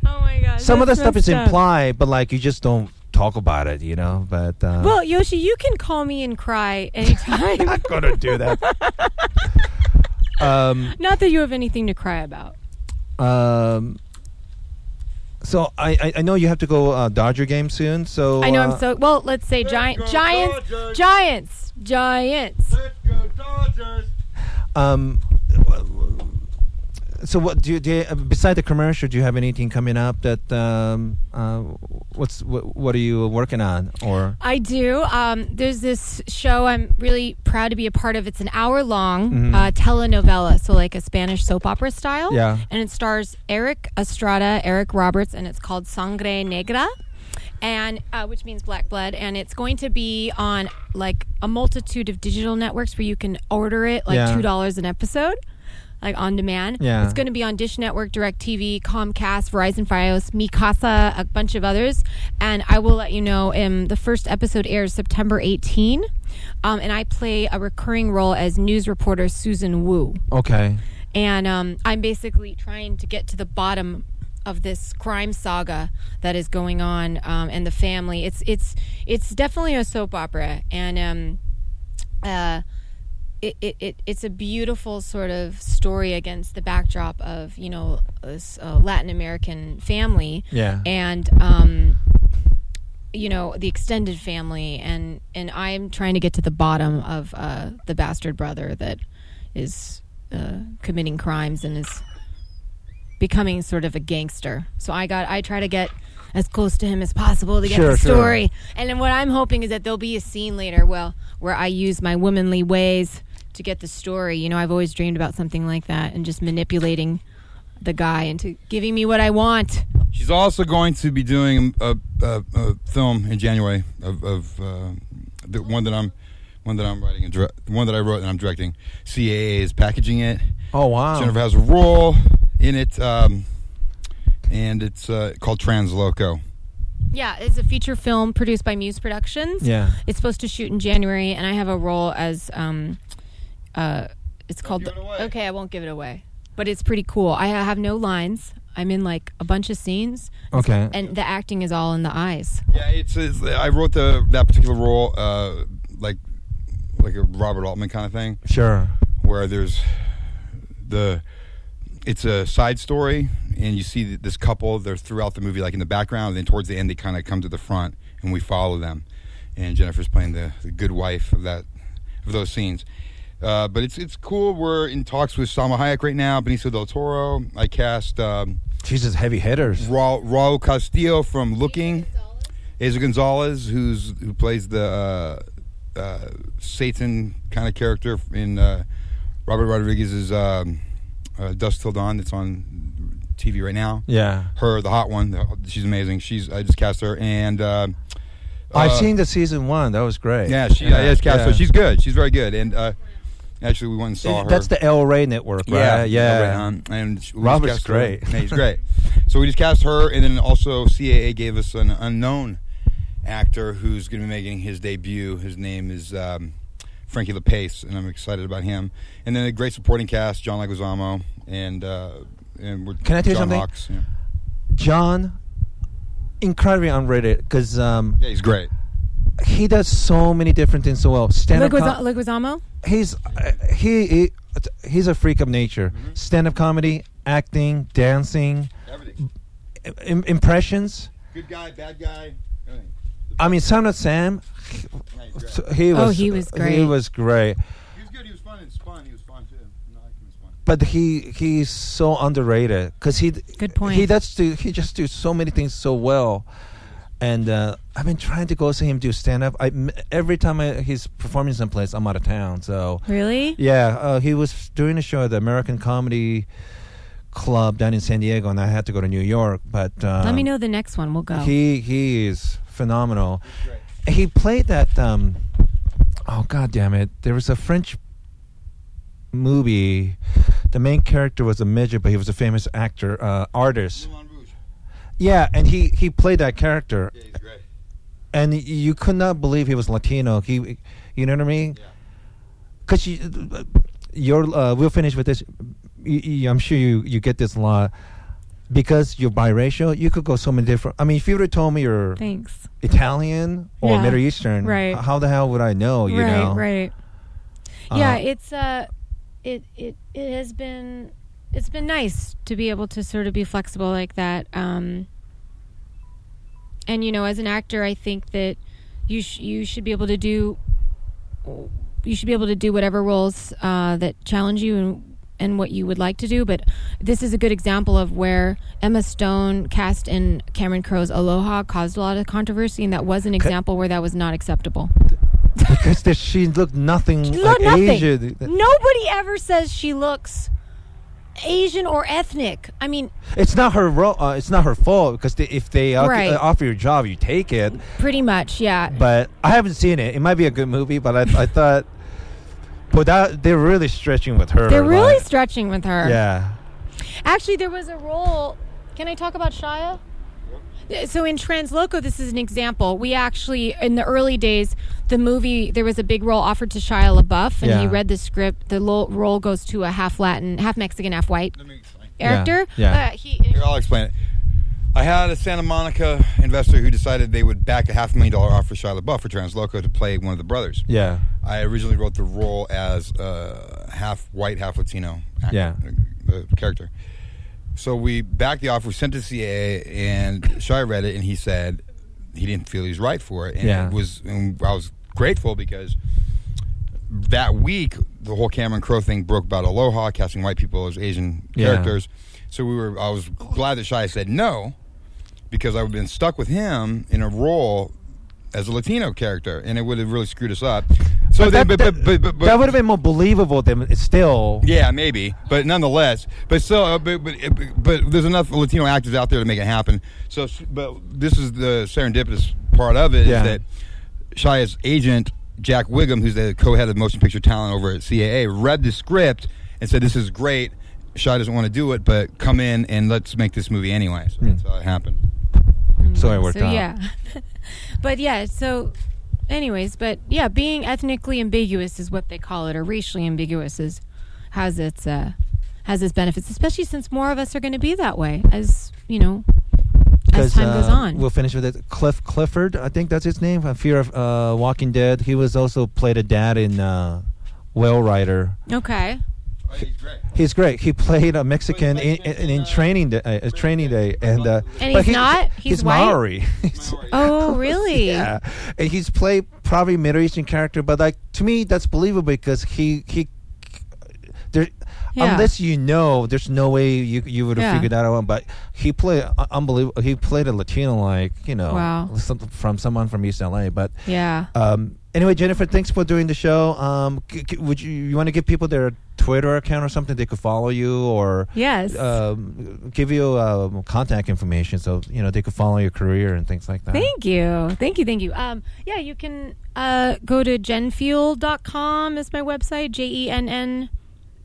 Speaker 6: oh my gosh
Speaker 5: Some of the
Speaker 6: that's
Speaker 5: stuff is
Speaker 6: messed up.
Speaker 5: implied, but like you just don't talk about it. You know, but uh,
Speaker 6: Well, Yoshi, you can call me and cry
Speaker 5: *laughs*
Speaker 6: anytime. *laughs*
Speaker 5: not gonna do that. um,
Speaker 6: Not that you have anything to cry about.
Speaker 5: um, so I, I, I know you have to go uh, Dodger game soon. So
Speaker 6: I know
Speaker 5: uh,
Speaker 6: I'm so well. Let's say giant, giants, giants, giants.
Speaker 5: Um, so what do you, do you beside the commercial? Do you have anything coming up that um, uh, what's what, what are you working on or
Speaker 6: I do. Um, there's this show I'm really proud to be a part of. It's an hour long
Speaker 5: Mm-hmm.
Speaker 6: uh, telenovela, so like a Spanish soap opera style.
Speaker 5: Yeah.
Speaker 6: And it stars Eric Estrada, Eric Roberts, and it's called Sangre Negra, and uh, which means black blood. And it's going to be on like a multitude of digital networks where you can order it like
Speaker 5: Yeah.
Speaker 6: two dollars an episode. Like on demand.
Speaker 5: Yeah.
Speaker 6: It's going to be on Dish Network, DirecTV, Comcast, Verizon Fios, Mikasa, a bunch of others. And I will let you know um, the first episode airs September 18. Um, and I play a recurring role as news reporter Susan Wu.
Speaker 5: okay?
Speaker 6: And um, I'm basically trying to get to the bottom of this crime saga that is going on um, and the family. It's it's it's definitely a soap opera, and um, uh, it, it, it it's a beautiful sort of story against the backdrop of you know this uh, Latin American family.
Speaker 5: Yeah.
Speaker 6: and. Um, you know the extended family and and i'm trying to get to the bottom of uh the bastard brother that is uh committing crimes and is becoming sort of a gangster so i got i try to get as close to him as possible to get
Speaker 5: Sure,
Speaker 6: the
Speaker 5: sure.
Speaker 6: story and then what i'm hoping is that there'll be a scene later well where i use my womanly ways to get the story you know i've always dreamed about something like that and just manipulating the guy into giving me what i want
Speaker 3: She's also going to be doing a, a, a film in January of, of uh, the one that I'm one that I'm writing and dire- one that I wrote and I'm directing. CAA is packaging it,
Speaker 5: Oh wow.
Speaker 3: Jennifer has a role in it, um, and it's uh, called Transloco.
Speaker 6: Yeah, it's a feature film produced by Muse Productions.
Speaker 5: Yeah.
Speaker 6: It's supposed to shoot in January, and I have a role as um, uh, it's called.
Speaker 3: give it away.
Speaker 6: Okay, I won't give it away, but it's pretty cool. I ha- have no lines. I'm in like a bunch of scenes,
Speaker 5: Okay.
Speaker 6: and the acting is all in the eyes.
Speaker 3: Yeah, it's, it's I wrote the that particular role uh, like like a Robert Altman kind of thing,
Speaker 5: sure.
Speaker 3: where there's the it's a side story, and you see this couple. They're throughout the movie, like in the background, and then towards the end, they kind of come to the front, and we follow them. And Jennifer's playing the, the good wife of that of those scenes. Uh, but it's it's cool. We're in talks with Salma Hayek right now, Benicio del Toro. I cast. Um,
Speaker 5: She's just heavy hitters.
Speaker 3: Ra- Raul Castillo from Looking, Aza Gonzalez, who's who plays the uh, uh, Satan kind of character in uh, Robert Rodriguez's um, uh, Dust Till Dawn. That's on TV right now.
Speaker 5: Yeah.
Speaker 3: Her, the hot one, the- she's amazing. She's I just cast her, and uh,
Speaker 5: I've
Speaker 3: uh,
Speaker 5: seen the season one. That was great.
Speaker 3: Yeah, she uh, I just cast her.
Speaker 5: yeah.
Speaker 3: She's good. She's very good, and uh, actually we went and saw her.
Speaker 5: That's the El Rey network, right?
Speaker 3: right
Speaker 5: Yeah.
Speaker 3: on. And she- we
Speaker 5: Robert's
Speaker 3: just cast her.
Speaker 5: great.
Speaker 3: *laughs* Yeah, he's great. So we just cast her, and then also CAA gave us an unknown actor who's going to be making his debut. His name is um, Frankie LaPace, and I'm excited about him. And then a great supporting cast: John Leguizamo and uh, and we're,
Speaker 5: Can I tell you
Speaker 3: John
Speaker 5: something?
Speaker 3: Hawkes, yeah.
Speaker 5: John, incredibly unrated because um,
Speaker 3: yeah, he's great.
Speaker 5: he does so many different things so well. Stand up.
Speaker 6: Leguiza- Leguizamo?
Speaker 5: he's uh, he, he he's a freak of nature.
Speaker 6: Mm-hmm.
Speaker 5: Stand up comedy, acting, dancing,
Speaker 3: Everything.
Speaker 5: Im- impressions.
Speaker 3: Good guy, bad guy. everything.
Speaker 5: I mean, Son of Sam.
Speaker 3: Yeah, he's great.
Speaker 5: He
Speaker 6: Oh,
Speaker 5: was.
Speaker 6: he was
Speaker 5: He
Speaker 6: great.
Speaker 5: was great.
Speaker 3: He was good. He was fun. It's fun. He was fun too. No, I like him. He's fun.
Speaker 5: But he he's so underrated because he
Speaker 6: Good point.
Speaker 5: He does do he just do so many things so well, and uh, I've been trying to go see him do stand up. I m- every time I, he's performing someplace, I'm out of town. So
Speaker 6: Really?
Speaker 5: yeah, uh, he was doing a show at the American Comedy Club down in San Diego, and I had to go to New York. But um,
Speaker 6: Let me know the next one. We'll go.
Speaker 5: He he is phenomenal. He played that. Um, oh god damn it! There was a French movie. The main character was a midget, but he was a famous actor, uh, artist.
Speaker 3: Moulin Rouge.
Speaker 5: Yeah, and he he played that character,
Speaker 3: Yeah, he's great.
Speaker 5: and you could not believe he was Latino. He, you know what I mean?
Speaker 3: Yeah.
Speaker 5: Because you, your uh, we'll finish with this. You- you- I'm sure you you get this a lot. Because you're biracial, you could go so many different. I mean, if you would have told me you're
Speaker 6: Thanks.
Speaker 5: Italian or
Speaker 6: Yeah.
Speaker 5: Middle Eastern,
Speaker 6: Right.
Speaker 5: h- How the hell would I know? You
Speaker 6: right,
Speaker 5: know,
Speaker 6: right. yeah,
Speaker 5: Uh,
Speaker 6: it's uh, it it it has been it's been nice to be able to sort of be flexible like that. Um, and you know, as an actor, I think that you sh- you should be able to do you should be able to do whatever roles uh, that challenge you and and what you would like to do. But this is a good example of where Emma Stone cast in Cameron Crowe's Aloha caused a lot of controversy, and that was an example where that was not acceptable.
Speaker 5: *laughs* Because that she looked nothing
Speaker 6: Look,
Speaker 5: like
Speaker 6: nothing.
Speaker 5: Asian.
Speaker 6: Nobody ever says she looks Asian or ethnic. I mean,
Speaker 5: It's not her role. Uh, it's not her fault. Because they, if they uh,
Speaker 6: Right.
Speaker 5: uh, offer you a job, you take it.
Speaker 6: pretty much, yeah.
Speaker 5: But I haven't seen it. It might be a good movie, but I, I thought. But that they're really stretching with her.
Speaker 6: They're really
Speaker 5: like-
Speaker 6: stretching with her.
Speaker 5: yeah.
Speaker 6: Actually, there was a role. Can I talk about Shia? Uh, So in Transloco, this is an example. We actually, in the early days, the movie there was a big role offered to Shia LaBeouf, and he
Speaker 5: Yeah.
Speaker 6: read the script. The lo- role goes to a half Latin, half Mexican, half white
Speaker 3: Let me explain.
Speaker 6: actor.
Speaker 5: yeah.
Speaker 6: Uh, he,
Speaker 3: Here, I'll explain it. I had a Santa Monica investor who decided they would back a half million dollar offer Shia LaBeouf for Transloco to play one of the brothers.
Speaker 5: Yeah.
Speaker 3: I originally wrote the role as uh, half white, half Latino actor,
Speaker 5: Yeah.
Speaker 3: uh, character. So we backed the offer, we sent it to CAA, and Shia read it, and he said he didn't feel he was right for it. And
Speaker 5: Yeah.
Speaker 3: it was, and I was grateful because that week the whole Cameron Crowe thing broke about Aloha casting white people as Asian
Speaker 5: Yeah.
Speaker 3: characters. So we were, I was glad that Shia said no because I would have been stuck with him in a role as a Latino character, and it would have really screwed us up. So, then,
Speaker 5: But that,
Speaker 3: but, but, but, but,
Speaker 5: that would have been more believable than it's still.
Speaker 3: yeah, maybe, but nonetheless, but still, uh, but, but but there's enough Latino actors out there to make it happen. So, s- but this is the serendipitous part of it is
Speaker 5: Yeah.
Speaker 3: that Shia's agent Jack Wiggum, who's the co-head of motion picture talent over at CAA, read the script and said, "This is great. Shaw doesn't want to do it, but come in and let's make this movie anyway." So
Speaker 5: Hmm.
Speaker 3: that's how it happened.
Speaker 5: So it worked
Speaker 6: so
Speaker 5: out.
Speaker 6: yeah *laughs* but yeah so anyways but yeah being ethnically ambiguous is what they call it or racially ambiguous is has its uh has its benefits especially since more of us are going to be that way as you know
Speaker 5: 'Cause,
Speaker 6: as time goes
Speaker 5: uh,
Speaker 6: on
Speaker 5: We'll finish with it. Cliff Clifford, I think that's his name. uh, Fear of uh, Walking Dead. He was also played a dad in uh, Whale Rider.
Speaker 6: okay
Speaker 3: Oh, he's great.
Speaker 5: He's great. He played a Mexican
Speaker 4: Well, he
Speaker 5: in,
Speaker 4: played Mexican,
Speaker 5: in, in
Speaker 4: uh,
Speaker 5: Training Day. Uh, training Day, and uh,
Speaker 6: And
Speaker 5: but
Speaker 6: he's
Speaker 5: he-
Speaker 6: not? He's
Speaker 5: he's
Speaker 6: white?
Speaker 5: Maori. *laughs* He's-
Speaker 6: oh really
Speaker 5: yeah, and he's played probably Middle Eastern character, but like to me that's believable because he he there
Speaker 6: Yeah.
Speaker 5: unless you know, there's no way you you would have
Speaker 6: Yeah.
Speaker 5: figured that out. But he played uh, unbelievable. He played a Latino like you know
Speaker 6: Wow.
Speaker 5: some, from someone from East LA. But
Speaker 6: yeah
Speaker 5: um, anyway, Jennifer, thanks for doing the show. Um, c- c- would you you want to give people their Twitter account or something they could follow you or
Speaker 6: yes
Speaker 5: um, give you um, contact information so you know they could follow your career and things like that.
Speaker 6: Thank you. Thank you. Thank you. Um, yeah, you can uh, go to genfield.com is my website, J E N N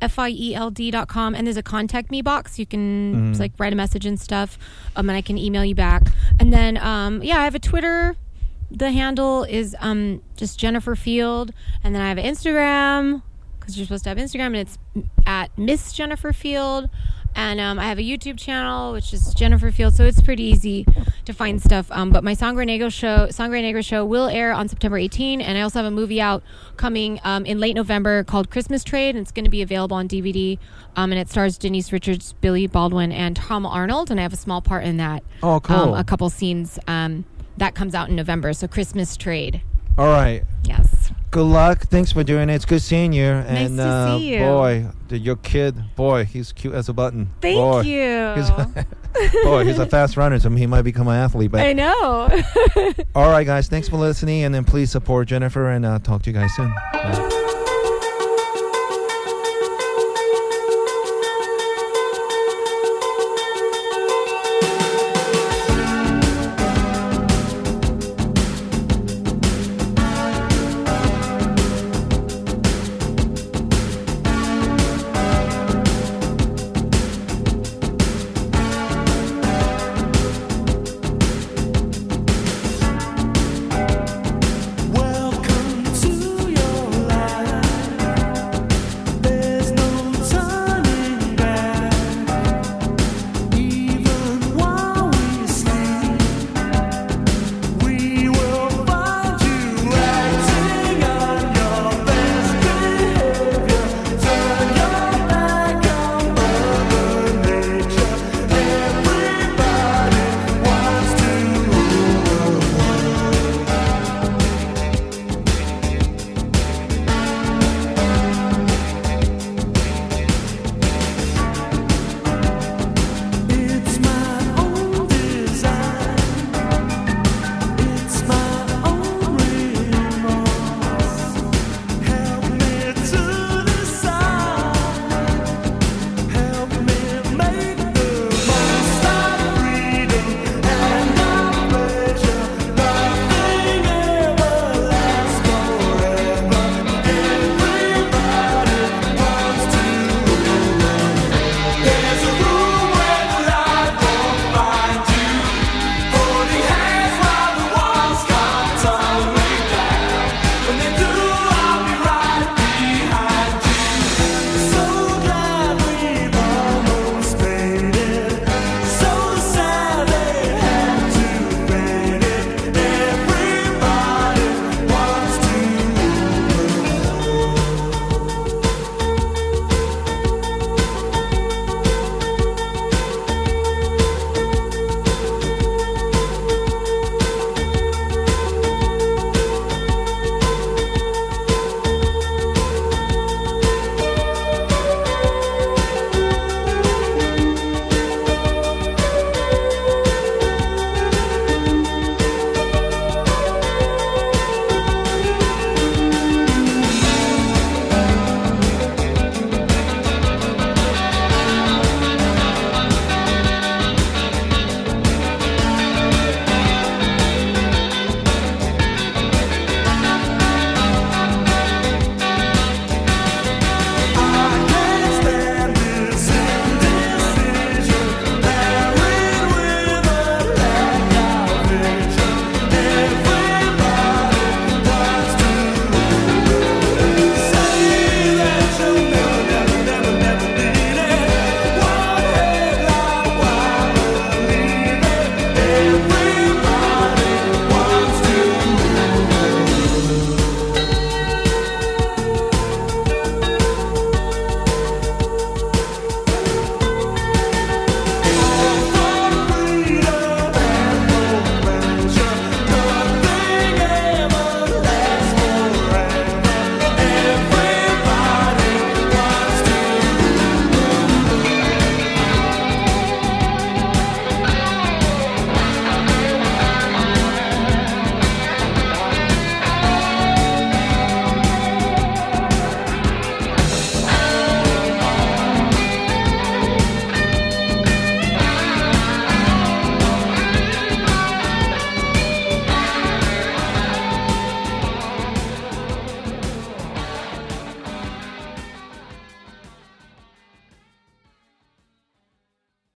Speaker 6: F I E L D.com. And there's a contact me box. You can just, like write a message and stuff. Um, and I can email you back. And then, um, yeah, I have a Twitter. The handle is um, just Jennifer Field. And then I have an Instagram because you're supposed to have Instagram and it's at Miss Jennifer Field. And um, I have a YouTube channel, which is Jennifer Field, so it's pretty easy to find stuff. Um, but my Sangre Negro show, Sangre Negro show, will air on September 18, and I also have a movie out coming um, in late November called Christmas Trade, and it's going to be available on DVD. Um, and it stars Denise Richards, Billy Baldwin, and Tom Arnold, and I have a small part in that.
Speaker 5: Oh, cool.
Speaker 6: Um, a couple scenes um, that comes out in November, so Christmas Trade.
Speaker 5: All right.
Speaker 6: Yes.
Speaker 5: Good luck. Thanks for doing it. It's good seeing you.
Speaker 6: Nice
Speaker 5: and
Speaker 6: to
Speaker 5: uh,
Speaker 6: see you.
Speaker 5: boy, the, your kid, boy, he's cute as a button.
Speaker 6: Thank
Speaker 5: boy.
Speaker 6: you.
Speaker 5: He's, *laughs* boy, he's a fast runner, so he might become an athlete. But
Speaker 6: I know. *laughs*
Speaker 5: all right, guys, thanks for listening, and then please support Jennifer, and uh, talk to you guys soon. Bye.